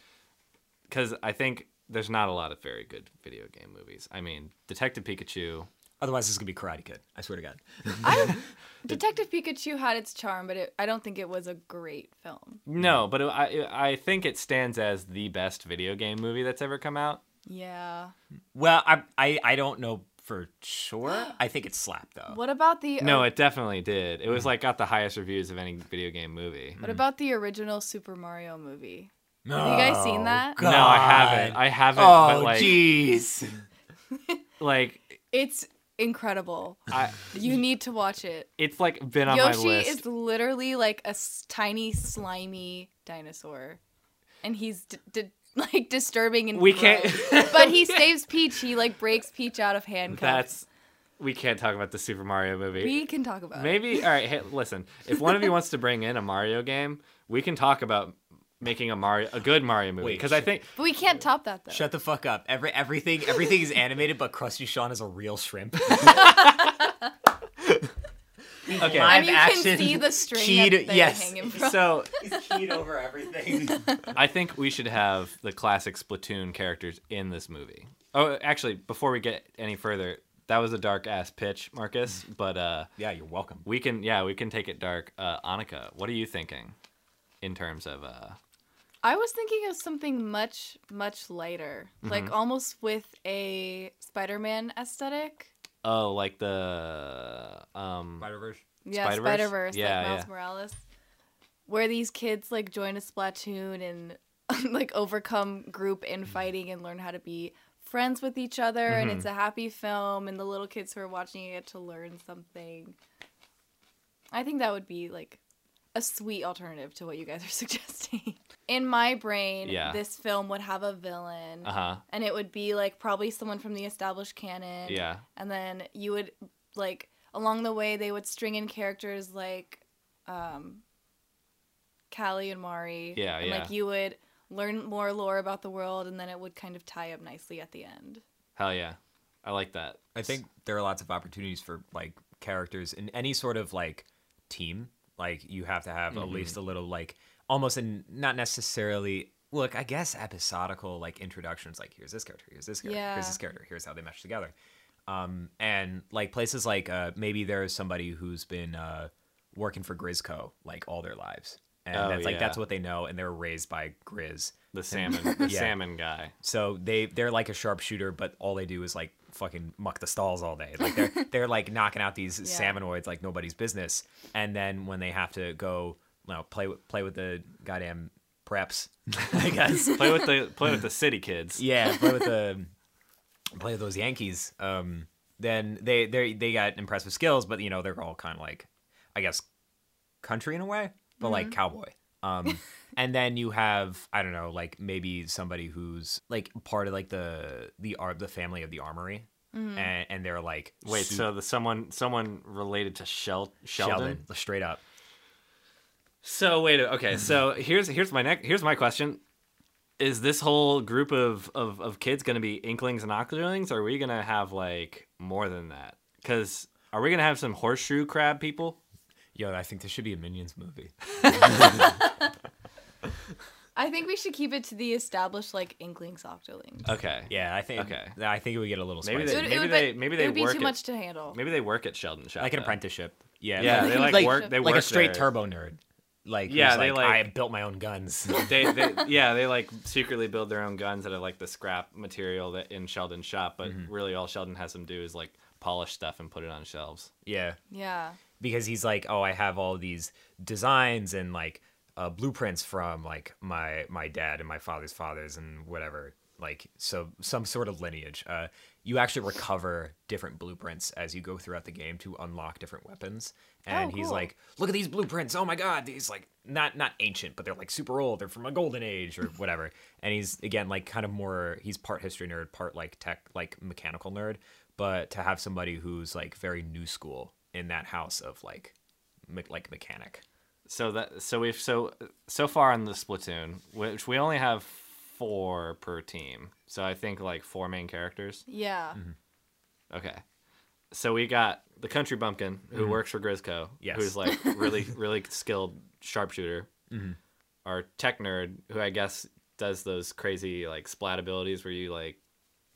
Speaker 1: cuz I think there's not a lot of very good video game movies. I mean, Detective Pikachu.
Speaker 2: otherwise this is gonna be karate kid i swear to god
Speaker 3: Detective Pikachu had its charm, but it, I don't think it was a great film.
Speaker 1: No, but it, I I think it stands as the best video game movie that's ever come out.
Speaker 3: Yeah.
Speaker 2: well i i, I don't know for
Speaker 3: [GASPS]
Speaker 2: sure i think it's slap though
Speaker 3: What about the
Speaker 1: No, it definitely did. It was like got the highest reviews of any video game movie.
Speaker 3: What about the original Super Mario movie?
Speaker 2: no
Speaker 3: Have you guys seen that?
Speaker 1: No, I haven't. I haven't.
Speaker 2: oh
Speaker 1: but like,
Speaker 2: jeez
Speaker 1: like
Speaker 3: It's incredible.
Speaker 1: I, [LAUGHS]
Speaker 3: You need to watch it.
Speaker 1: it's like been on my
Speaker 3: Yoshi
Speaker 1: list.
Speaker 3: is literally like a s- tiny slimy dinosaur, and he's d- d- [LAUGHS] like disturbing and
Speaker 1: we
Speaker 3: gross.
Speaker 1: can't. [LAUGHS]
Speaker 3: but he saves Peach. He like breaks Peach out of handcuffs.
Speaker 1: that's we can't talk about the Super Mario movie.
Speaker 3: we can talk about. it.
Speaker 1: Maybe all right. Hey, listen, if one of you wants to bring in a Mario game, we can talk about making a Mario a good Mario movie
Speaker 2: Wait,
Speaker 1: because I
Speaker 2: sh-
Speaker 1: think
Speaker 3: But we can't top that though.
Speaker 2: Shut the fuck up. Every everything everything is animated, but Krusty Sean is a real [LAUGHS] shrimp. okay.
Speaker 3: and you can see the string
Speaker 2: keyed-
Speaker 3: that they
Speaker 2: yes.
Speaker 3: hang him from.
Speaker 1: so.
Speaker 2: He's keyed over everything.
Speaker 1: I think we should have the classic Splatoon characters in this movie. Oh, actually, before we get any further, that was a dark ass pitch, Marcus. But uh,
Speaker 2: [LAUGHS] yeah, you're welcome.
Speaker 1: we can, yeah, we can take it dark. Uh, Annika, what are you thinking in terms of? Uh,
Speaker 3: I was thinking of something much, much lighter, like
Speaker 1: Mm-hmm.
Speaker 3: almost with a Spider-Man aesthetic.
Speaker 1: oh, like the um,
Speaker 2: Spider-Verse.
Speaker 3: Yeah,
Speaker 1: Spider-Verse?
Speaker 3: Spider Verse,
Speaker 1: Yeah,
Speaker 3: like Miles
Speaker 1: yeah.
Speaker 3: Morales, where these kids like join a splatoon and [LAUGHS] like overcome group infighting and learn how to be friends with each other, and it's
Speaker 1: Mm-hmm.
Speaker 3: a happy film, and the little kids who are watching it get to learn something. I think that would be like a sweet alternative to what you guys are [LAUGHS] suggesting. In my brain,
Speaker 1: Yeah.
Speaker 3: this film would have a villain,
Speaker 1: uh huh,
Speaker 3: and it would be like probably someone from the established canon.
Speaker 1: yeah,
Speaker 3: And then you would like along the way they would string in characters like um Callie and Mari.
Speaker 1: Yeah,
Speaker 3: and, Like
Speaker 1: yeah.
Speaker 3: you would learn more lore about the world and then it would kind of tie up nicely at the end.
Speaker 1: Hell yeah. I like that.
Speaker 2: I think there are lots of opportunities for like characters in any sort of like team. Like you have to have at
Speaker 1: Mm-hmm.
Speaker 2: least a little like almost and not necessarily look. I guess episodical like introductions. Like here's this character, here's this character, here's this
Speaker 3: Yeah.
Speaker 2: character, here's how they mesh together. Um, and like places like uh, maybe there is somebody who's been uh, working for Grizzco like all their lives, and
Speaker 1: Oh,
Speaker 2: that's like
Speaker 1: yeah.
Speaker 2: that's what they know, and they were raised by Grizz. [LAUGHS]
Speaker 1: The salmon, the
Speaker 2: Yeah.
Speaker 1: salmon guy.
Speaker 2: So they they're like a sharpshooter, but all they do is like fucking muck the stalls all day. Like they're they're like knocking out these
Speaker 3: Yeah.
Speaker 2: salmonoids like nobody's business. And then when they have to go, you know, play with- play with the goddamn preps, [LAUGHS] [LAUGHS] I guess.
Speaker 1: [LAUGHS] Play with the play with the city kids.
Speaker 2: [LAUGHS] yeah, play with the play with those Yankees. Um, then they they they got impressive skills, but you know they're all kind of like, I guess, country in a way, but like cowboy. Um, and then you have I don't know, like maybe somebody who's like part of like the the ar- the family of the armory, and, and they're like
Speaker 1: Wait,
Speaker 2: su-
Speaker 1: so the someone someone related to Shel- Sheldon?
Speaker 2: Sheldon straight up.
Speaker 1: So wait,
Speaker 2: Mm-hmm.
Speaker 1: okay. So here's here's my next here's my question. Is this whole group of of, of kids going to be inklings and octolings? Or are we going to have like more than that? Cuz are we going to have some horseshoe crab people?
Speaker 2: Yo, I think there should be a
Speaker 1: [LAUGHS]
Speaker 2: Minions movie.
Speaker 3: I think we should keep it to the established like inklings octolings.
Speaker 1: Okay.
Speaker 2: Yeah, I think.
Speaker 1: Okay.
Speaker 2: I think it would get a little
Speaker 1: Maybe
Speaker 2: spicy.
Speaker 1: they-
Speaker 3: would-
Speaker 1: Uh, maybe
Speaker 3: would
Speaker 1: they-
Speaker 3: be-
Speaker 1: maybe
Speaker 3: it
Speaker 1: they
Speaker 3: would be
Speaker 1: work
Speaker 3: too
Speaker 1: it-
Speaker 3: much to handle.
Speaker 1: Maybe they work at Sheldon Shop.
Speaker 2: like an
Speaker 1: though.
Speaker 2: apprenticeship. Yeah,
Speaker 1: Yeah, they like,
Speaker 3: Like-
Speaker 1: work they
Speaker 2: like
Speaker 1: work
Speaker 2: a straight
Speaker 1: there.
Speaker 2: turbo nerd. Like
Speaker 1: Yeah,
Speaker 2: yeah,
Speaker 1: they,
Speaker 2: they like,
Speaker 1: like-
Speaker 2: I built my own guns. [LAUGHS]
Speaker 1: they, they yeah they like secretly build their own guns out of like the scrap material that in Sheldon's shop, but
Speaker 2: Mm-hmm.
Speaker 1: really all Sheldon has them do is like polish stuff and put it on shelves.
Speaker 2: yeah,
Speaker 3: Yeah.
Speaker 2: because he's like, oh, I have all these designs and like uh, blueprints from like my my dad and my father's fathers and whatever. Like so, some sort of lineage. Uh, you actually recover different blueprints as you go throughout the game to unlock different weapons. And
Speaker 3: Oh,
Speaker 2: he's
Speaker 3: cool.
Speaker 2: like, look at these blueprints. Oh my god, these like not not ancient, but they're like super old. They're from a golden age or whatever. [LAUGHS] and he's again like kind of more he's part history nerd, part like tech like mechanical nerd, but to have somebody who's like very new school in that house of like me- like mechanic.
Speaker 1: So that so we've so so far in the splatoon, which we only have four per team. So I think like four main characters.
Speaker 3: Yeah.
Speaker 1: Mm-hmm. Okay. So we got the country bumpkin who works for Grisco,
Speaker 2: Mm-hmm. Yes.
Speaker 1: who's
Speaker 2: [LAUGHS]
Speaker 1: like really really skilled sharpshooter.
Speaker 2: Mm-hmm.
Speaker 1: Our tech nerd who I guess does those crazy like splat abilities where you like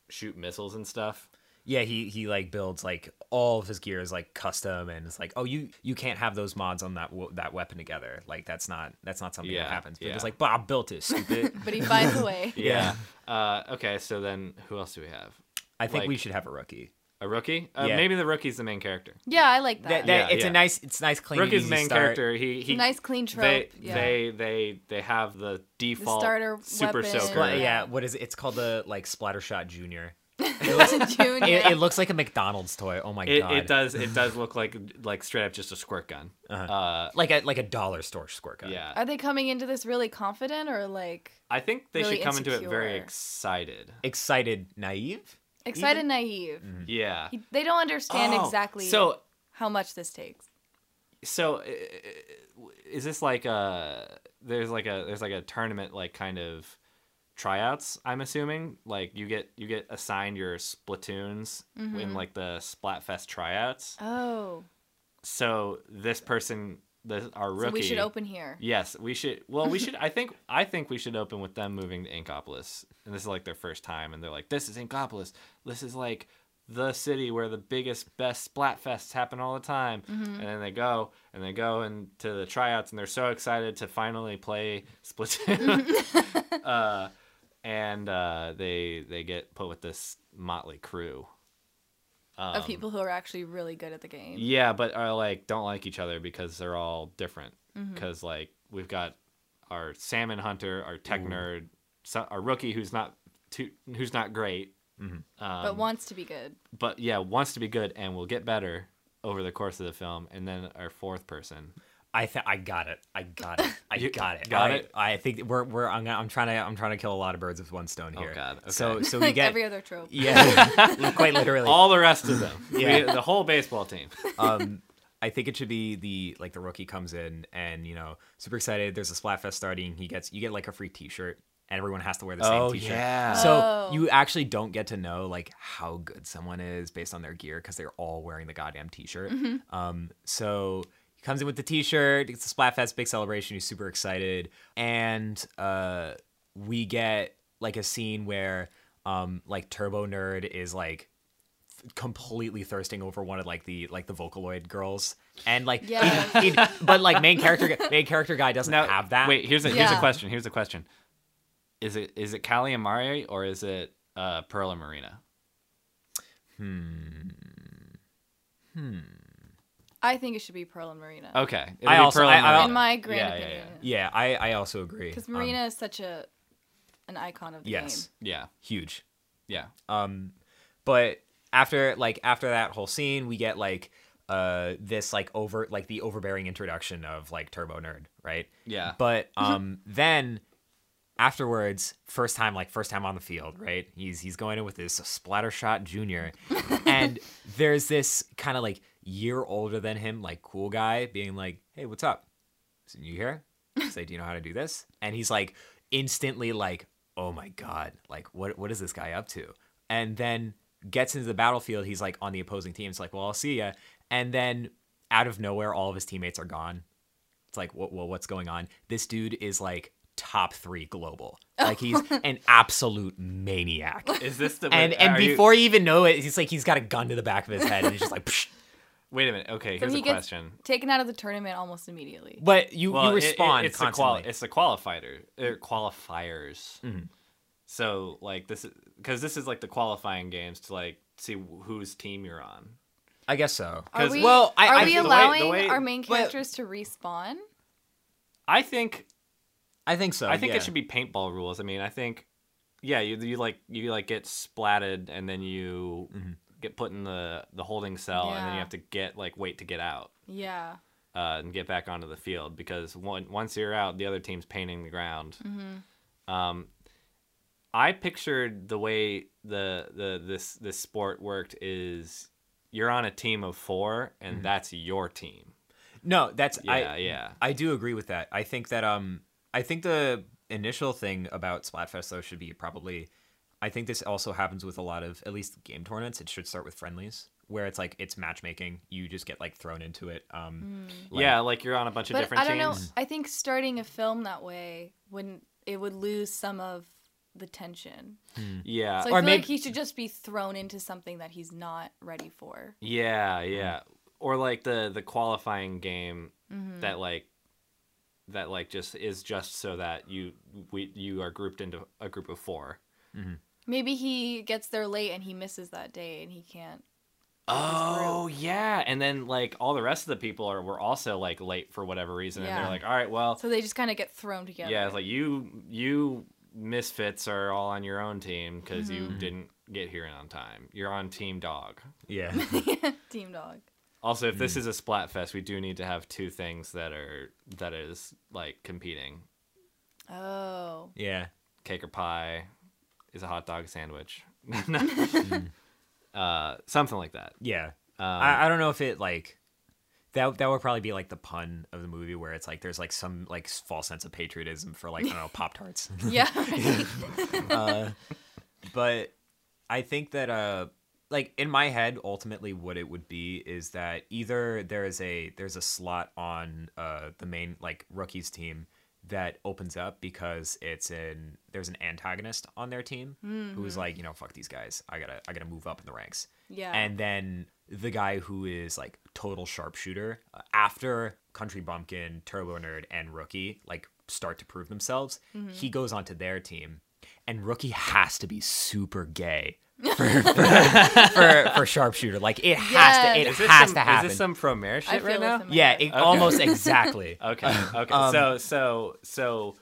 Speaker 1: shoot missiles and stuff.
Speaker 2: Yeah, he he like builds like all of his gear is like custom, and it's like, oh, you you can't have those mods on that wo- that weapon together. Like that's not that's not something
Speaker 1: Yeah,
Speaker 2: that happens. But
Speaker 1: yeah.
Speaker 2: it's like, Bob built
Speaker 1: [LAUGHS]
Speaker 2: it, stupid.
Speaker 3: But he finds a way.
Speaker 2: Yeah.
Speaker 1: Uh, okay, so then who else do we have?
Speaker 2: I think we
Speaker 1: Like-
Speaker 2: should have a rookie.
Speaker 1: A rookie? Uh,
Speaker 2: Yeah.
Speaker 1: Maybe the rookie's the main character.
Speaker 3: Yeah, I like that.
Speaker 2: That, that
Speaker 1: Yeah,
Speaker 2: it's
Speaker 1: yeah.
Speaker 2: a nice it's nice clean. and
Speaker 1: Rookie's
Speaker 2: easy
Speaker 1: main
Speaker 2: start.
Speaker 1: character. He he
Speaker 3: nice clean trope.
Speaker 1: they
Speaker 3: yeah.
Speaker 1: they they they have the default
Speaker 3: starter
Speaker 1: super
Speaker 3: weapon.
Speaker 1: soaker.
Speaker 2: Well,
Speaker 3: Yeah.
Speaker 2: yeah, what is it? It's called the like
Speaker 1: [LAUGHS]
Speaker 2: Splattershot Junior.
Speaker 3: [LAUGHS] Junior.
Speaker 2: It, it looks like a McDonald's toy. Oh my
Speaker 1: It,
Speaker 2: god!
Speaker 1: it does
Speaker 2: [LAUGHS]
Speaker 1: it does look like like straight up just a squirt gun.
Speaker 2: Uh-huh.
Speaker 1: Uh,
Speaker 2: Like a like a dollar store squirt gun.
Speaker 1: yeah,
Speaker 3: Are they coming into this really confident or like
Speaker 1: I think they
Speaker 3: really
Speaker 1: should come into it very
Speaker 3: insecure.
Speaker 1: excited.
Speaker 2: Excited, naive.
Speaker 3: excited naive?
Speaker 2: Mm-hmm. Hmm.
Speaker 1: Yeah,
Speaker 3: He- They don't understand
Speaker 1: Oh,
Speaker 3: exactly
Speaker 1: So
Speaker 3: how much this takes.
Speaker 1: so uh, is this like a there's like a there's like a tournament like kind of tryouts i'm assuming like you get you get assigned your splatoons in like the splatfest tryouts
Speaker 3: Mm-hmm. Oh,
Speaker 1: so this person this our rookie
Speaker 3: so we should open here.
Speaker 1: Yes, we should. Well, we should. I think. I think we should open with them moving to Inkopolis, and this is like their first time, and they're like, "This is Inkopolis. This is like the city where the biggest, best splatfests happen all the time." And then they go and they go into the tryouts, and they're so excited to finally play Splatoon. [LAUGHS] uh, and uh, they they get put with this motley crew. Um,
Speaker 3: of people who are actually really good at the game.
Speaker 1: Yeah, but are like don't like each other because they're all different.
Speaker 3: Mm-hmm.
Speaker 1: Because like we've got our salmon hunter, our tech nerd, so, our rookie who's not too, who's not great,
Speaker 2: Mm-hmm.
Speaker 1: Um,
Speaker 3: but wants to be good.
Speaker 1: but yeah wants to be good and will get better over the course of the film. And then our fourth person,
Speaker 2: I th- I got it. I got it.
Speaker 1: [LAUGHS]
Speaker 2: I
Speaker 1: You
Speaker 2: got it.
Speaker 1: got
Speaker 2: I,
Speaker 1: it?
Speaker 2: I think we're we're I'm, gonna, I'm trying to I'm trying to kill a lot of birds with one stone
Speaker 1: Oh,
Speaker 2: here.
Speaker 1: God. Okay.
Speaker 2: So
Speaker 3: [LAUGHS]
Speaker 2: so we
Speaker 3: like
Speaker 2: get
Speaker 3: every other trope.
Speaker 1: [LAUGHS]
Speaker 2: [LAUGHS] yeah, quite literally.
Speaker 1: All the rest of them.
Speaker 2: [LAUGHS] Yeah.
Speaker 1: We- the whole baseball team.
Speaker 2: um, I think it should be the like the rookie comes in and you know super excited. There's a Splatfest starting. He gets you get like a free T-shirt, and everyone has to wear the same
Speaker 1: Oh,
Speaker 2: T-shirt.
Speaker 1: yeah.
Speaker 2: So
Speaker 3: Oh.
Speaker 2: you actually don't get to know like how good someone is based on their gear because they're all wearing the goddamn T-shirt. Um, so he comes in with the T-shirt. It's a Splatfest big celebration. He's super excited, and uh, we get like a scene where um, like Turbo Nerd is like completely thirsting over one of like the like the Vocaloid girls, and like
Speaker 3: Yes.
Speaker 2: he- he- but like main character main character guy doesn't
Speaker 1: Now,
Speaker 2: have that.
Speaker 1: Wait, here's a here's a
Speaker 3: Yeah.
Speaker 1: question. Here's a question. Is it is it Callie and Mari or is it uh, Pearl and Marina?
Speaker 3: I think it should be Pearl and Marina.
Speaker 1: Okay. It'll
Speaker 2: I
Speaker 1: be
Speaker 2: also-
Speaker 1: Pearl and
Speaker 2: I- I-
Speaker 1: Marina.
Speaker 3: In my grand
Speaker 1: yeah,
Speaker 3: opinion.
Speaker 2: yeah, I I also agree.
Speaker 3: Because
Speaker 2: Um,
Speaker 3: Marina is such a an icon of the
Speaker 2: yes,
Speaker 1: Yeah.
Speaker 2: huge.
Speaker 1: Yeah.
Speaker 2: Um, but after like after that whole scene, we get like uh this like over like the overbearing introduction of like Turbo Nerd, right?
Speaker 1: Yeah.
Speaker 2: But um then afterwards, first time like first time on the field, right? He's he's going in with this Splattershot Junior, and there's this kind of like year older than him like cool guy being like, "Hey, what's up? So you here? He's like, do you know how to do this? And he's like instantly like, oh my god, like what what is this guy up to? And then gets into the battlefield. He's like on the opposing team. It's like, well, I'll see ya. And then out of nowhere, all of his teammates are gone. It's like, what, what what's going on? This dude is like top three global.
Speaker 3: Oh.
Speaker 2: Like he's an absolute
Speaker 3: [LAUGHS]
Speaker 2: maniac.
Speaker 1: Is this the
Speaker 2: And
Speaker 1: wait,
Speaker 2: and
Speaker 1: are you-
Speaker 2: before you even know it, he's like he's got a gun to the back of his head and he's just like. [LAUGHS] psh.
Speaker 1: Wait a minute. Okay, here's
Speaker 3: he
Speaker 1: a
Speaker 3: gets-
Speaker 1: question.
Speaker 3: game. Taken out of the tournament almost immediately.
Speaker 2: But you
Speaker 1: Well,
Speaker 2: you
Speaker 1: it- it-
Speaker 2: respond
Speaker 1: it's the
Speaker 2: constantly. Mm-hmm.
Speaker 1: quali- it's the qualifier er, qualifiers. So like this is because this is like the qualifying games to like see wh- whose team you're on.
Speaker 2: I guess so.
Speaker 3: Are
Speaker 1: 'Cause-
Speaker 3: we,
Speaker 2: well, I-
Speaker 3: are
Speaker 2: I
Speaker 3: we
Speaker 2: feel- the way- the
Speaker 3: allowing
Speaker 1: way-
Speaker 3: our main
Speaker 2: well-
Speaker 3: characters to respawn?
Speaker 1: I think
Speaker 2: I think so.
Speaker 1: I think
Speaker 2: Oh, yeah.
Speaker 1: it should be paintball rules. I mean, I think yeah, you you like you like get splatted and then you
Speaker 2: Mm-hmm.
Speaker 1: get put in the the holding cell and then you
Speaker 3: Yeah.
Speaker 1: have to get like wait to get out.
Speaker 3: Yeah.
Speaker 1: uh, and get back onto the field because one, once you're out, the other team's painting the ground.
Speaker 3: Mm-hmm.
Speaker 1: Um, I pictured the way the the this this sport worked is you're on a team of four and that's your team.
Speaker 2: No, that's
Speaker 1: Yeah,
Speaker 2: Mm-hmm. I
Speaker 1: yeah.
Speaker 2: I do agree with that. I think that um I think the initial thing about Splatfest though should be probably I think this also happens with a lot of at least game tournaments. It should start with friendlies where it's like it's matchmaking. You just get like thrown into it. Um
Speaker 3: Mm-hmm.
Speaker 2: like- Mm.
Speaker 1: yeah, like you're on a bunch of
Speaker 3: But
Speaker 1: different
Speaker 3: I don't know.
Speaker 1: teams.
Speaker 3: I think starting a film that way wouldn't it would lose some of the tension.
Speaker 1: Yeah.
Speaker 3: So I
Speaker 2: Or
Speaker 3: feel
Speaker 2: maybe-
Speaker 3: like he should just be thrown into something that he's not ready for.
Speaker 1: Yeah,
Speaker 2: Mm.
Speaker 1: yeah. Or like the the qualifying game
Speaker 3: Mm-hmm. Mm.
Speaker 1: that like that like just is just so that you we you are grouped into a group of four.
Speaker 3: Maybe he gets there late and he misses that day and he can't.
Speaker 1: Oh yeah, and then like all the rest of the people are were also like late for whatever reason, and
Speaker 3: Yeah.
Speaker 1: they're like, all right, well,
Speaker 3: So they just kind of get thrown together.
Speaker 1: yeah, it's like you you misfits are all on your own team because you
Speaker 3: Mm-hmm.
Speaker 1: didn't get here on time. You're on team dog.
Speaker 2: Yeah.
Speaker 3: Team Dog.
Speaker 1: Also, if
Speaker 2: Mm.
Speaker 1: this is a splatfest, we do need to have two things that are that is like competing. [LAUGHS]
Speaker 3: Oh. [LAUGHS]
Speaker 2: yeah.
Speaker 1: Cake or pie is a hot dog sandwich. [LAUGHS]
Speaker 3: [LAUGHS] Mm.
Speaker 1: uh, something like that.
Speaker 2: Yeah.
Speaker 1: Um,
Speaker 2: I, I don't know if it like that that would probably be like the pun of the movie where it's like there's like some like s- false sense of patriotism for like I don't know Pop Tarts.
Speaker 3: Yeah. right.
Speaker 2: uh, but I think that uh like in my head ultimately what it would be is that either there is a there's a slot on uh the main like rookies team that opens up because it's in there's an antagonist on their team who's like you know fuck these guys I gotta I gotta move up in the ranks
Speaker 3: Yeah.
Speaker 2: and then the guy who is like total sharpshooter uh, after Country Bumpkin, Turbo Nerd, and Rookie like start to prove themselves,
Speaker 3: Mm-hmm.
Speaker 2: he goes onto their team, and Rookie has to be super gay
Speaker 3: [LAUGHS]
Speaker 2: for for, for, for sharpshooter. Like it has to, it
Speaker 3: Yes.
Speaker 1: this
Speaker 2: has
Speaker 1: some-
Speaker 2: to happen.
Speaker 1: Is this some pro mayor shit
Speaker 3: feel
Speaker 1: right now?
Speaker 3: this in my
Speaker 2: yeah,
Speaker 3: head.
Speaker 2: it,
Speaker 1: [LAUGHS]
Speaker 2: almost exactly. [LAUGHS]
Speaker 1: Okay.
Speaker 2: Um,
Speaker 1: Okay. so so so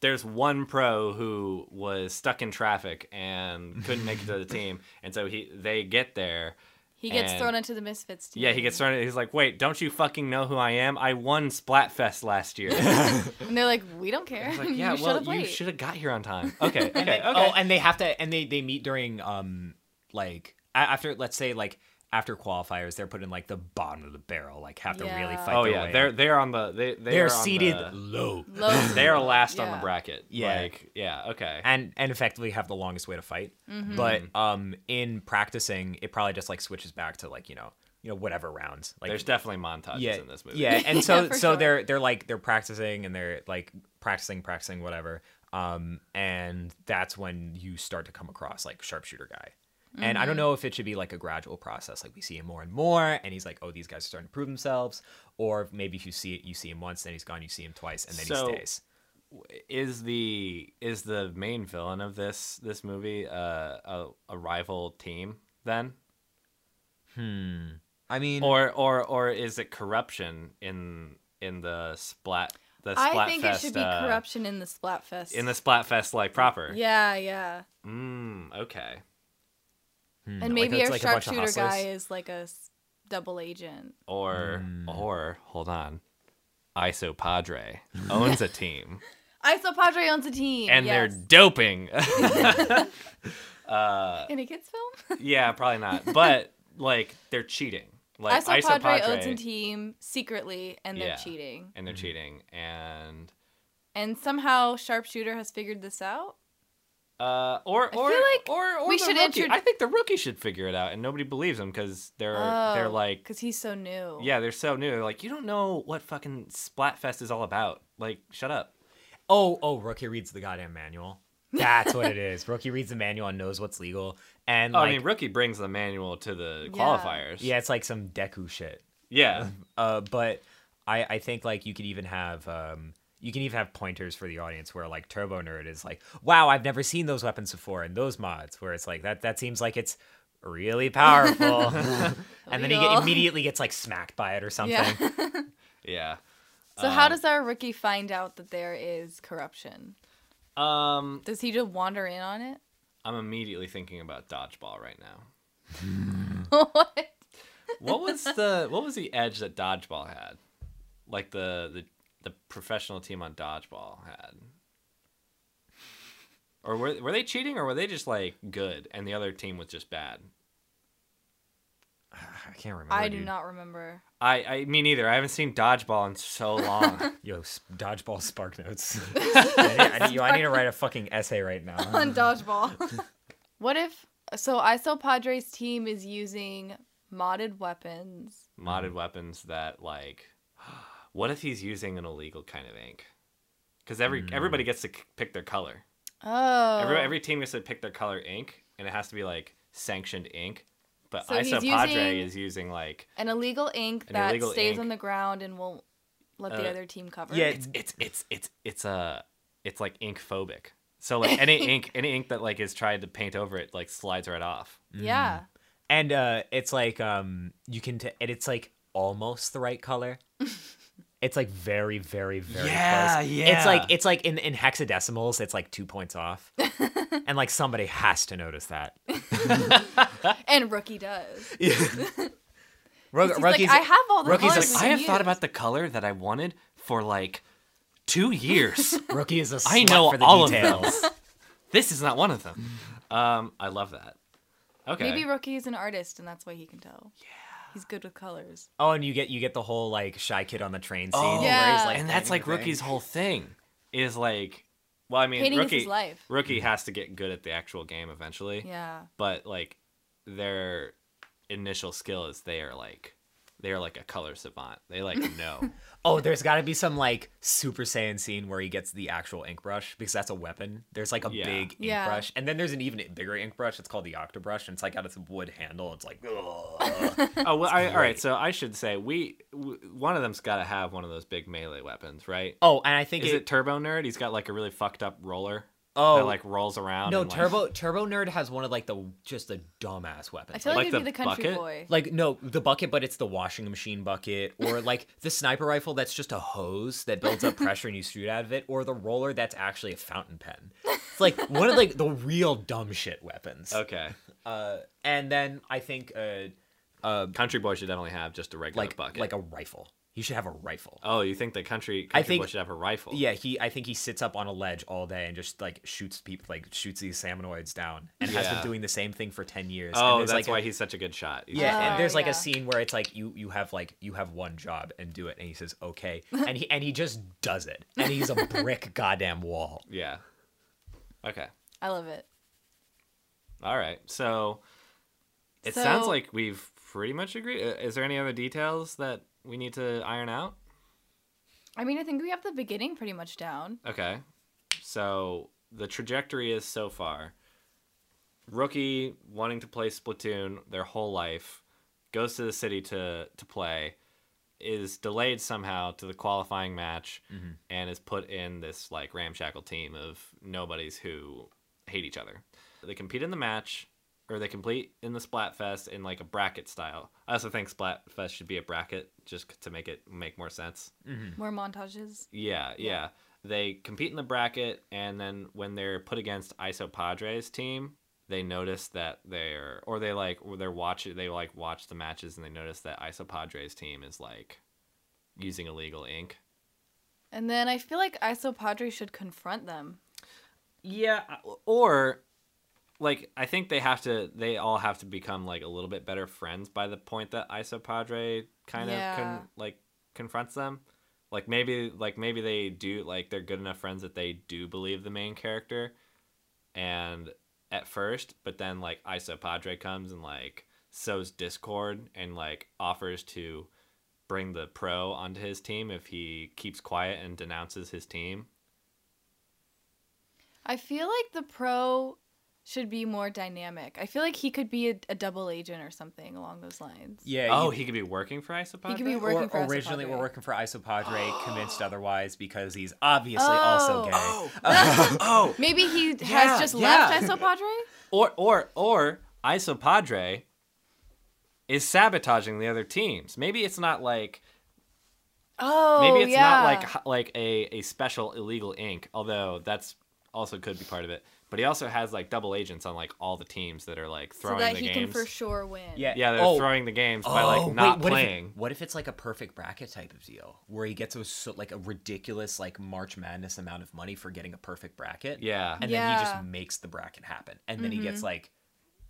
Speaker 1: there's one pro who
Speaker 2: [LAUGHS]
Speaker 1: was stuck in traffic and couldn't make it to the team, and so he they get there.
Speaker 3: He gets
Speaker 1: And-
Speaker 3: thrown into the Misfits team.
Speaker 1: Yeah, he gets thrown. He's like, "Wait, don't you fucking know who I am? I won Splatfest last
Speaker 2: [LAUGHS]
Speaker 1: year."
Speaker 3: And they're like, we don't care.
Speaker 1: It's like, yeah,
Speaker 3: [LAUGHS] you
Speaker 1: well,
Speaker 3: should've
Speaker 1: you
Speaker 3: played."
Speaker 1: should have got here on
Speaker 2: [LAUGHS]
Speaker 1: time. Okay, okay,
Speaker 2: And
Speaker 1: okay.
Speaker 2: then- Oh, and they have to, and they they meet during um like a- after let's say like after qualifiers, they're put in like the bottom of the barrel, like have to really
Speaker 3: Yeah.
Speaker 2: fight.
Speaker 1: oh
Speaker 2: their
Speaker 1: yeah,
Speaker 2: way
Speaker 1: they're
Speaker 2: up.
Speaker 1: they're on the they they
Speaker 2: they're
Speaker 1: are on
Speaker 2: seated
Speaker 1: the-
Speaker 2: low.
Speaker 1: [LAUGHS]
Speaker 3: Low.
Speaker 1: they are last on the
Speaker 3: Yeah.
Speaker 1: bracket.
Speaker 2: Yeah.
Speaker 1: like, yeah, okay.
Speaker 2: And, and effectively have the longest way to fight,
Speaker 3: Mm-hmm.
Speaker 2: but um, in practicing, it probably just like switches back to like you know you know whatever rounds. Like
Speaker 1: There's definitely montages
Speaker 2: yeah,
Speaker 1: in this movie.
Speaker 2: Yeah, and so
Speaker 3: [LAUGHS] Yeah, for
Speaker 2: so
Speaker 3: sure.
Speaker 2: they're they're like they're practicing and they're like practicing, practicing, whatever. Um, and that's when you start to come across like sharpshooter guy. And
Speaker 3: Mm-hmm.
Speaker 2: I don't know if it should be like a gradual process, like we see him more and more, and he's like, "Oh, these guys are starting to prove themselves," or maybe if you see it, you see him once, then he's gone, you see him twice, and then
Speaker 1: So-
Speaker 2: he stays.
Speaker 1: is the is the main villain of this this movie uh, a a rival team then,
Speaker 2: Hmm. I mean,
Speaker 1: or or or is it corruption in in the splat the splatfest?
Speaker 3: I think it should be
Speaker 1: uh,
Speaker 3: corruption in the Splatfest.
Speaker 1: in the splatfest like proper.
Speaker 3: Yeah, yeah.
Speaker 1: Mm, okay.
Speaker 3: And maybe
Speaker 2: it's
Speaker 3: our
Speaker 2: Mm, hmm, like a bunch of
Speaker 3: sharpshooter guy
Speaker 2: hustlers.
Speaker 3: is like a s- double agent.
Speaker 1: Or or hold on, ISO Padre owns a team.
Speaker 3: [LAUGHS] ISO Padre owns a team.
Speaker 1: and
Speaker 3: yes.
Speaker 1: they're doping. [LAUGHS]
Speaker 3: [LAUGHS]
Speaker 1: Uh,
Speaker 3: in a kids film.
Speaker 1: yeah, probably not. But like they're cheating. Like
Speaker 3: ISO Padre, owns
Speaker 1: Isopadre-
Speaker 3: a team secretly, and they're
Speaker 1: Yeah.
Speaker 3: cheating.
Speaker 1: and they're
Speaker 2: Mm-hmm.
Speaker 1: cheating. And
Speaker 3: And somehow sharpshooter has figured this out.
Speaker 1: uh, or
Speaker 3: I
Speaker 1: or
Speaker 3: feel like
Speaker 1: or, or
Speaker 3: we
Speaker 1: the
Speaker 3: should
Speaker 1: rookie.
Speaker 3: introdu-
Speaker 1: I think the rookie should figure it out, and nobody believes them because they're they're like
Speaker 3: because Oh, he's so new.
Speaker 1: yeah they're so new. They're like you don't know what fucking Splatfest is all about. Like shut up.
Speaker 2: Oh, oh, Rookie reads the goddamn manual. That's
Speaker 3: [LAUGHS]
Speaker 2: what it is. Rookie reads the manual and knows what's legal. And
Speaker 1: Oh,
Speaker 2: like,
Speaker 1: I mean, rookie brings the manual to the
Speaker 3: Yeah.
Speaker 1: qualifiers.
Speaker 2: yeah, it's like some Deku shit.
Speaker 1: yeah.
Speaker 2: Uh, but I, I think like you could even have um, you can even have pointers for the audience where like Turbo Nerd is like, wow, I've never seen those weapons before and those mods where it's like that that seems like it's really
Speaker 3: [LAUGHS]
Speaker 2: powerful, [LAUGHS] and then he
Speaker 3: Illegal.
Speaker 2: get, immediately gets like smacked by it or something. [SIGHS]
Speaker 3: Yeah.
Speaker 1: yeah.
Speaker 3: [LAUGHS] so how does our rookie find out that there is corruption?
Speaker 1: Um,
Speaker 3: Does he just wander in on it?
Speaker 1: I'm immediately thinking about dodgeball right now.
Speaker 3: What?
Speaker 1: what was the what was the edge that dodgeball had like the the, the professional team on dodgeball had or were, were they cheating or were they just like good and the other team was just bad
Speaker 2: I can't remember.
Speaker 3: I do
Speaker 2: dude.
Speaker 3: not remember. [LAUGHS]
Speaker 1: i i me neither i haven't seen dodgeball in so long
Speaker 2: Yo, s- dodgeball spark
Speaker 3: [LAUGHS]
Speaker 2: notes. I, need, I need- yo, I need to write a fucking essay right now.
Speaker 3: on dodgeball. what if so? ISO Padres team is using modded weapons.
Speaker 1: modded weapons that like [GASPS] what if he's using an illegal kind of ink because every everybody gets to c- pick their color
Speaker 3: Oh,
Speaker 1: every, every team gets to pick their color ink and it has to be like sanctioned ink but
Speaker 3: So he's
Speaker 1: iso padre
Speaker 3: using-
Speaker 1: is using like
Speaker 3: an illegal ink
Speaker 1: An
Speaker 3: that
Speaker 1: illegal
Speaker 3: stays
Speaker 1: ink.
Speaker 3: on the ground and won't let the
Speaker 1: Uh,
Speaker 3: other team cover.
Speaker 2: yeah,
Speaker 3: it.
Speaker 1: it's it's it's it's it's uh, it's like ink phobic. So like any
Speaker 3: [LAUGHS]
Speaker 1: ink any ink that like is tried to paint over it like slides right off.
Speaker 3: yeah.
Speaker 2: and uh it's like um you can t- and it's like almost the right
Speaker 3: [LAUGHS]
Speaker 2: color it's like very very very
Speaker 1: Yeah,
Speaker 2: close
Speaker 1: yeah.
Speaker 2: it's like it's like in, in hexadecimals it's like two points
Speaker 3: [LAUGHS]
Speaker 2: off and like somebody has to notice that
Speaker 3: And rookie does.
Speaker 2: Rook,
Speaker 3: He's like, I have all the
Speaker 2: Rookie's
Speaker 3: colors.
Speaker 2: like,
Speaker 3: we
Speaker 1: I
Speaker 3: can
Speaker 1: have thought
Speaker 3: use."
Speaker 1: about the color that I wanted for like two
Speaker 3: [LAUGHS]
Speaker 1: years.
Speaker 2: rookie is a slut
Speaker 1: I know
Speaker 2: for the
Speaker 1: all of
Speaker 2: details. [LAUGHS]
Speaker 1: them. this is not one of them. Um, I love that. Okay.
Speaker 3: Maybe rookie is an artist, and that's why he can tell. Yeah, he's good with colors.
Speaker 2: oh and you get you get the whole like shy kid on the train scene
Speaker 1: Oh,
Speaker 2: where he's
Speaker 3: Yeah.
Speaker 2: like
Speaker 1: and that's like
Speaker 2: painting the thing.
Speaker 1: rookie's whole thing is like. Well, I mean,
Speaker 3: Painting is
Speaker 1: rookie
Speaker 3: his life.
Speaker 1: rookie has to get good at the actual game eventually.
Speaker 3: Yeah,
Speaker 1: but like their initial skill is they are like they are like a color savant. They like know.
Speaker 2: Oh, there's got to be some like Super Saiyan scene where he gets the actual ink brush because that's a weapon. There's like a
Speaker 1: Yeah.
Speaker 2: big ink
Speaker 3: Yeah.
Speaker 2: brush, and then there's an even bigger ink brush. It's called the Octobrush, and it's like got its wood handle. It's like, [LAUGHS] ugh.
Speaker 1: oh well, I, all right. So I should say we w- one of them's got to have one of those big melee weapons, right?
Speaker 2: oh, and I think
Speaker 1: Is
Speaker 2: it,
Speaker 1: it Turbo Nerd? He's got like a really fucked up roller.
Speaker 2: Oh.
Speaker 1: that like rolls around.
Speaker 2: no
Speaker 1: and, like-
Speaker 2: Turbo Turbo Nerd has one of like the just the dumbass weapons.
Speaker 3: I feel
Speaker 1: Like
Speaker 3: like,
Speaker 1: the
Speaker 3: it'd be the country
Speaker 1: bucket?
Speaker 3: boy.
Speaker 2: Like no, the bucket, but it's the washing machine bucket, or like the sniper rifle that's just a hose that builds
Speaker 3: [LAUGHS]
Speaker 2: up pressure and you shoot out of it, or the roller that's actually a fountain pen. It's like one of
Speaker 1: Oh,
Speaker 2: like the real dumb shit weapons.
Speaker 1: [LAUGHS] Okay.
Speaker 2: Uh, and then I think uh, uh,
Speaker 1: Country Boy should definitely have just a regular
Speaker 2: like
Speaker 1: bucket.
Speaker 2: like a rifle. He should have a rifle.
Speaker 1: oh, you think the country, country
Speaker 2: I think-
Speaker 1: boy should have a rifle?
Speaker 2: Yeah, he. I think he sits up on a ledge all day and just like shoots people, like shoots these salmonoids down, and has
Speaker 1: Yeah.
Speaker 2: been doing the same thing for ten years.
Speaker 1: Oh,
Speaker 2: and there's,
Speaker 1: that's
Speaker 2: like,
Speaker 1: why
Speaker 2: a-
Speaker 1: he's such a good shot. He's
Speaker 2: Yeah,
Speaker 1: just
Speaker 3: Oh,
Speaker 2: and there's like
Speaker 3: yeah.
Speaker 2: a scene where it's like you you have like you have one job and do it, and he says
Speaker 3: [LAUGHS]
Speaker 2: okay, and he and he just does it, and he's a brick goddamn wall.
Speaker 1: like- yeah. Okay.
Speaker 3: I love it.
Speaker 1: All right. So it sounds
Speaker 3: So-
Speaker 1: like we've pretty much agreed. Uh, Is there any other details that we need to iron out?
Speaker 3: I mean, I think we have the beginning pretty much down.
Speaker 1: Okay. So the trajectory is so far. Rookie wanting to play Splatoon their whole life, goes to the city to to play, is delayed somehow to the qualifying match, and is put in this like ramshackle team of nobodies who hate each other. They compete in the match, or they complete in the Splatfest in like a bracket style. I also think Splatfest should be a bracket just to make it make more sense.
Speaker 3: More montages.
Speaker 1: Yeah, yeah. They compete in the bracket, and then when they're put against ISO Padres team, they notice that they're or they like or they're watching they like watch the matches and they notice that ISO Padres team is like using illegal ink.
Speaker 3: And then I feel like Iso Padre should confront them.
Speaker 1: Yeah, or like I think they have to they all have to become like a little bit better friends by the point that ISO Padre kind
Speaker 3: Yeah.
Speaker 1: of con- like confronts them. Like maybe like maybe they do like they're good enough friends that they do believe the main character and at first, but then like ISO Padre comes and like sows discord and like offers to bring the pro onto his team if he keeps quiet and denounces his team.
Speaker 3: I feel like the pro should be more dynamic. I feel like he could be a, a double agent or something along those lines.
Speaker 2: Yeah.
Speaker 1: Oh, he could be working for ISO Padre?
Speaker 3: could be
Speaker 2: or
Speaker 3: working for Iso
Speaker 2: originally we're
Speaker 3: Padre.
Speaker 2: working for Isopadre,
Speaker 3: [GASPS]
Speaker 2: convinced otherwise because he's obviously also
Speaker 3: Oh.
Speaker 2: gay.
Speaker 1: Oh, [LAUGHS] oh,
Speaker 3: [LAUGHS] Maybe he
Speaker 1: Yeah,
Speaker 3: has just
Speaker 1: yeah.
Speaker 3: left Iso Padre.
Speaker 1: or or or Iso Padre is sabotaging the other teams. Maybe it's not like
Speaker 3: Oh,
Speaker 1: maybe it's
Speaker 3: yeah.
Speaker 1: not like h- like a a special illegal ink. Although that's also could be part of it. But he also has like double agents on like all the teams that are like
Speaker 3: so
Speaker 1: throwing
Speaker 3: that
Speaker 1: the
Speaker 3: he
Speaker 1: games.
Speaker 3: can for sure win.
Speaker 2: Yeah.
Speaker 1: Yeah, they're
Speaker 2: Oh.
Speaker 1: throwing the games by like
Speaker 2: wait,
Speaker 1: not
Speaker 2: what if it-
Speaker 1: playing.
Speaker 2: what if it's like a perfect bracket type of deal where he gets a so, like a ridiculous like March Madness amount of money for getting a perfect bracket?
Speaker 1: Yeah.
Speaker 2: and then he
Speaker 3: Yeah. Mm-hmm.
Speaker 2: just makes the bracket happen, and then he gets like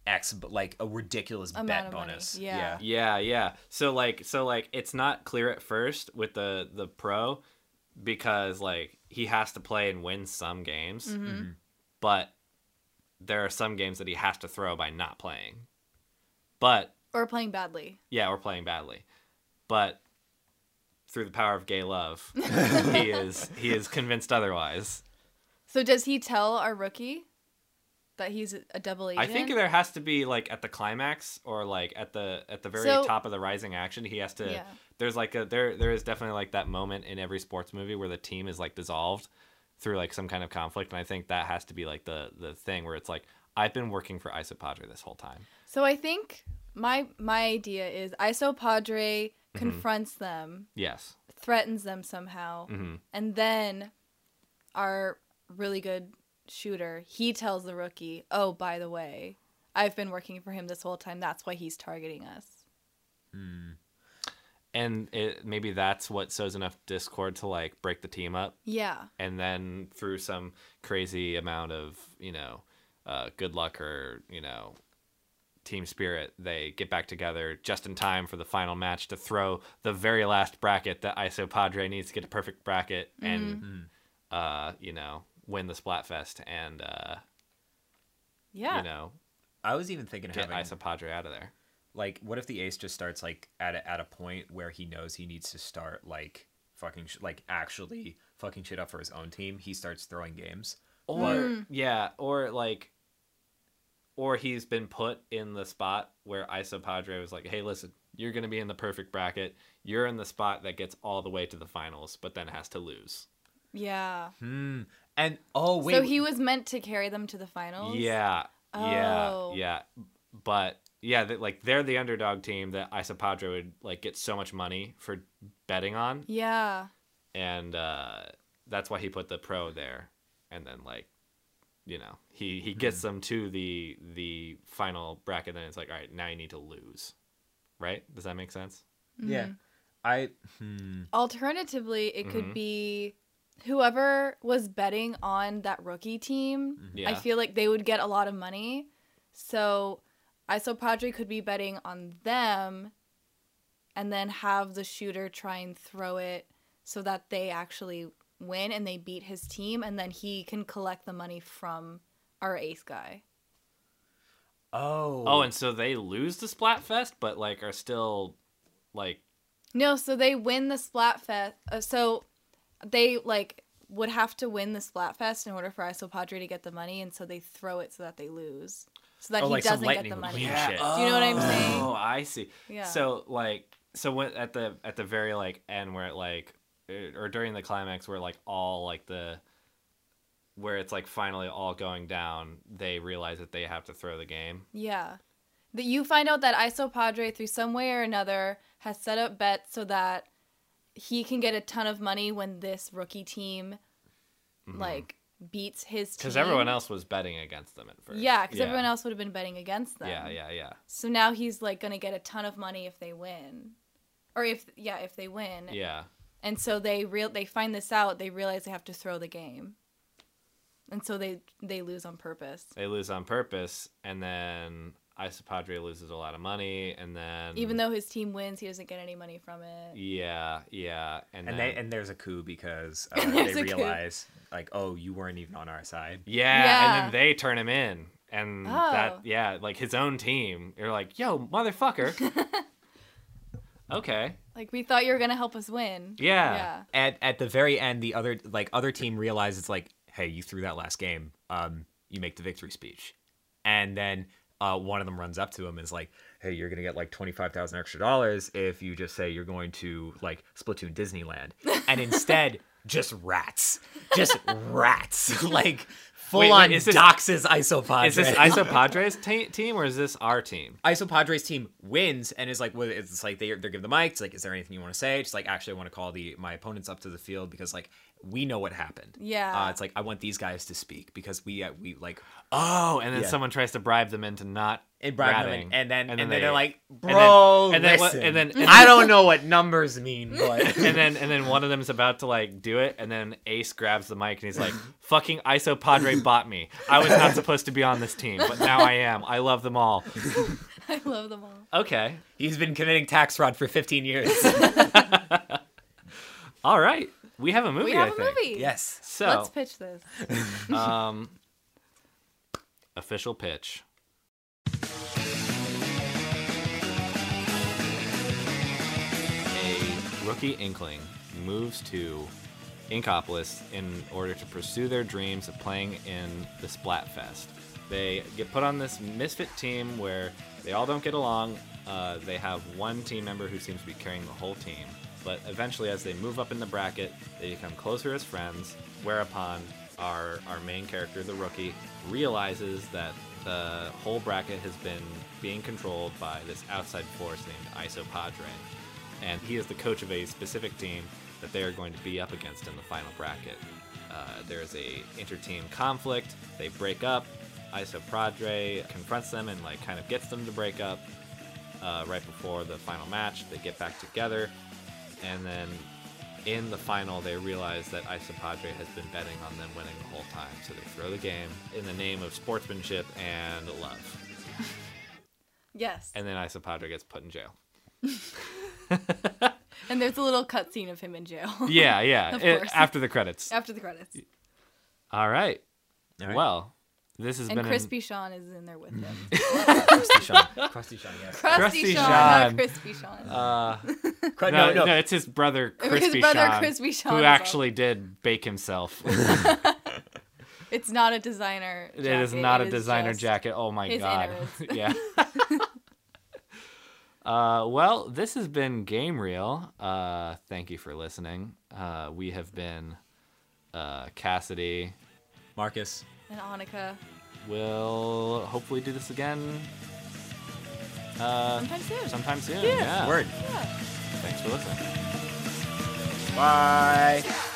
Speaker 2: X b- like a ridiculous
Speaker 3: Amount
Speaker 2: bet
Speaker 3: of money,
Speaker 2: bonus.
Speaker 3: yeah.
Speaker 1: Yeah, yeah. So like so like it's not clear at first with the the pro because like he has to play and win some games.
Speaker 3: Mm-hmm.
Speaker 1: But there are some games that he has to throw by not playing. But
Speaker 3: Or playing badly.
Speaker 1: yeah, we're playing badly. But through the power of gay love, he is he is convinced otherwise.
Speaker 3: So does he tell our rookie that he's a double agent?
Speaker 1: I think there has to be like at the climax or like at the at the very
Speaker 3: So-
Speaker 1: top of the rising action, he has to
Speaker 3: Yeah.
Speaker 1: there's like a there there is definitely like that moment in every sports movie where the team is like dissolved through like some kind of conflict and I think that has to be like the the thing where it's like I've been working for Isopadre this whole time.
Speaker 3: So I think my my idea is Iso Padre
Speaker 1: Mm-hmm.
Speaker 3: confronts them,
Speaker 1: Yes.
Speaker 3: threatens them somehow,
Speaker 1: Mhm.
Speaker 3: and then our really good shooter, he tells the rookie, "Oh, by the way, I've been working for him this whole time. That's why he's targeting us."
Speaker 1: And it, maybe that's what sows enough discord to like break the team up
Speaker 3: Yeah.
Speaker 1: and then through some crazy amount of you know uh, good luck or you know team spirit they get back together just in time for the final match to throw the very last bracket that iso padre needs to get a perfect bracket
Speaker 3: Mm-hmm.
Speaker 2: Mm-hmm.
Speaker 1: and uh, you know win the splatfest and uh,
Speaker 3: Yeah.
Speaker 1: you know
Speaker 2: I was even thinking
Speaker 1: get
Speaker 2: having
Speaker 1: iso padre out of there
Speaker 2: like what if the ace just starts like at a, at a point where he knows he needs to start like fucking sh- like actually fucking shit up for his own team. He starts throwing games.
Speaker 1: or
Speaker 3: Mm.
Speaker 1: yeah or like or he's been put in the spot where Iso Padre was like, "Hey, listen, you're going to be in the perfect bracket. You're in the spot that gets all the way to the finals, but then has to lose."
Speaker 3: yeah.
Speaker 2: Hmm. And oh wait,
Speaker 3: so he was meant to carry them to the finals.
Speaker 1: Yeah,
Speaker 3: Oh.
Speaker 1: yeah, yeah. But yeah, that like they're the underdog team that Iso Padre would like get so much money for betting on,
Speaker 3: Yeah.
Speaker 1: and uh, that's why he put the pro there, and then like. You know, he, he gets them to the the final bracket, and it's like, all right, now you need to lose. right? Does that make sense?
Speaker 2: Yeah.
Speaker 3: Mm-hmm.
Speaker 2: I hmm.
Speaker 3: Alternatively, it
Speaker 1: Mhm.
Speaker 3: could be whoever was betting on that rookie team.
Speaker 1: Yeah.
Speaker 3: I feel like they would get a lot of money. So Iso Padre could be betting on them and then have the shooter try and throw it so that they actually win and they beat his team and then he can collect the money from our ace guy.
Speaker 2: Oh.
Speaker 1: oh, and so they lose the Splatfest, but like are still like
Speaker 3: No, so they win the Splatfest. Uh, so they like would have to win the Splatfest in order for Iso Padre to get the money and so they throw it so that they lose. So that
Speaker 2: Oh,
Speaker 3: he
Speaker 2: like some
Speaker 3: doesn't get
Speaker 2: lightning
Speaker 3: the
Speaker 2: would
Speaker 3: money.
Speaker 2: win.
Speaker 1: yeah.
Speaker 2: shit.
Speaker 3: Do you know what I'm saying?
Speaker 1: Oh, I see.
Speaker 3: Yeah.
Speaker 1: So like so when at the at the very like end where it like eh, or during the climax where like all like the where it's like finally all going down, they realize that they have to throw the game.
Speaker 3: Yeah. That you find out that Iso Padre, through some way or another, has set up bets so that he can get a ton of money when this rookie team like beats his team.
Speaker 1: because Mm-hmm. everyone else was betting against them at first.
Speaker 3: Yeah, because everyone else would have been betting against them.
Speaker 1: Yeah, yeah, yeah.
Speaker 3: So now he's like gonna get a ton of money if they win, or if yeah, if they win.
Speaker 1: Yeah.
Speaker 3: And so they real they find this out. They realize they have to throw the game. And so they they lose on purpose.
Speaker 1: They lose on purpose and then Isopadre loses a lot of money and then
Speaker 3: Even though his team wins, he doesn't get any money from it.
Speaker 1: Yeah, yeah. And,
Speaker 2: and
Speaker 1: then
Speaker 2: they and there's a coup
Speaker 3: [LAUGHS]
Speaker 2: because uh,
Speaker 3: And
Speaker 2: they
Speaker 3: there's a coup.
Speaker 2: realize like oh you weren't even on our side.
Speaker 1: Yeah, and
Speaker 3: Yeah.
Speaker 1: then they turn him in. And
Speaker 3: Oh.
Speaker 1: that yeah, like his own team. You're like, yo, motherfucker.
Speaker 3: [LAUGHS]
Speaker 1: okay.
Speaker 3: Like we thought you were gonna help us win.
Speaker 1: Yeah.
Speaker 3: Yeah.
Speaker 2: At at the very end, the other like other team realizes like hey you threw that last game. Um, you make the victory speech, and then uh, one of them runs up to him and is like hey you're gonna get like twenty five thousand extra dollars if you just say you're going to like Splatoon Disneyland, and
Speaker 3: [LAUGHS]
Speaker 2: instead just rats, just rats [LAUGHS] like. Full
Speaker 1: Wait, wait,
Speaker 2: on
Speaker 1: is this-
Speaker 2: doxes isopod.
Speaker 1: Is this Isopadre's ta team or is this our team?
Speaker 2: ISO Padres team wins and is like, well, it's like they they're given the mic. It's like, is there anything you want to say? It's like, actually, I want to call the my opponents up to the field because like we know what happened.
Speaker 3: Yeah.
Speaker 2: Uh, it's like I want these guys to speak because we uh, we like
Speaker 1: Oh, and then
Speaker 2: Yeah.
Speaker 1: someone tries to bribe them into not
Speaker 2: and bribe them
Speaker 1: ratting,
Speaker 2: and, and then and, then
Speaker 1: they-
Speaker 2: they, are like,
Speaker 1: then-
Speaker 2: bro,
Speaker 1: and then what-
Speaker 2: listen,
Speaker 1: and then- and
Speaker 2: I don't know what numbers mean, but [LAUGHS]
Speaker 1: and then and then one of them's about to like do it, and then Ace grabs the mic and he's like, "Fucking ISO Padre bought me. I was not supposed to be on this team, but now I am. I love them all."
Speaker 3: [LAUGHS] I love them all.
Speaker 1: Okay,
Speaker 2: he's been committing tax fraud for 15 years.
Speaker 1: all right, we have a movie.
Speaker 3: We have
Speaker 1: I
Speaker 3: a
Speaker 1: think.
Speaker 3: movie.
Speaker 2: yes.
Speaker 1: So
Speaker 3: Let's pitch this.
Speaker 1: um, official pitch. A rookie inkling moves to Inkopolis in order to pursue their dreams of playing in the Splatfest. They get put on this misfit team where they all don't get along. Uh, they have one team member who seems to be carrying the whole team. But eventually, as they move up in the bracket, they become closer as friends. Whereupon, our our main character, the rookie, realizes that the whole bracket has been being controlled by this outside force named Iso Padre and he is the coach of a specific team that they are going to be up against in the final bracket. Uh, there is a inter-team conflict. They break up. Iso Padre confronts them and like kind of gets them to break up uh, right before the final match. They get back together, and then in the final they realize that Iso Padre has been betting on them winning the whole time. So they throw the game in the name of sportsmanship and love,
Speaker 3: Yes. And,
Speaker 1: and then Iso Padre gets put in
Speaker 3: [LAUGHS]
Speaker 1: jail.
Speaker 3: there's a little cutscene of him in jail [LAUGHS]
Speaker 1: Yeah, yeah.
Speaker 3: Of
Speaker 1: it-
Speaker 3: course.
Speaker 1: after the credits.
Speaker 3: after the credits.
Speaker 1: All right.
Speaker 2: All right.
Speaker 1: Well, this has
Speaker 3: And
Speaker 1: been an-
Speaker 3: Crispy Sean is in there with him.
Speaker 2: Krusty Sean. [LAUGHS] Krusty Sean, yes.
Speaker 3: [LAUGHS] Crusty
Speaker 1: Crusty
Speaker 3: Sean, not
Speaker 1: Sean.
Speaker 3: Crispy Sean.
Speaker 1: uh,
Speaker 2: Cru-
Speaker 1: no, no, it's his
Speaker 3: [LAUGHS]
Speaker 1: brother Crispy
Speaker 3: brother,
Speaker 1: Sean,
Speaker 3: Crispy Sean, is
Speaker 1: who
Speaker 3: all-
Speaker 1: actually did bake
Speaker 2: [LAUGHS]
Speaker 1: himself.
Speaker 3: it's not a designer.
Speaker 1: it
Speaker 3: jacket,
Speaker 1: is not a designer
Speaker 3: just-
Speaker 1: jacket. Oh my
Speaker 3: his
Speaker 1: god. [LAUGHS]
Speaker 3: [LAUGHS]
Speaker 1: yeah. Uh, well, this has been Game Reel. Uh, thank you for listening. Uh, we have been uh, Cassidy.
Speaker 2: Marcus.
Speaker 3: And Annika.
Speaker 1: We'll hopefully do this again uh,
Speaker 3: Sometimes soon.
Speaker 1: sometime soon.
Speaker 3: Yeah.
Speaker 1: Yeah.
Speaker 2: Word.
Speaker 3: Yeah.
Speaker 1: Thanks for listening.
Speaker 2: Bye.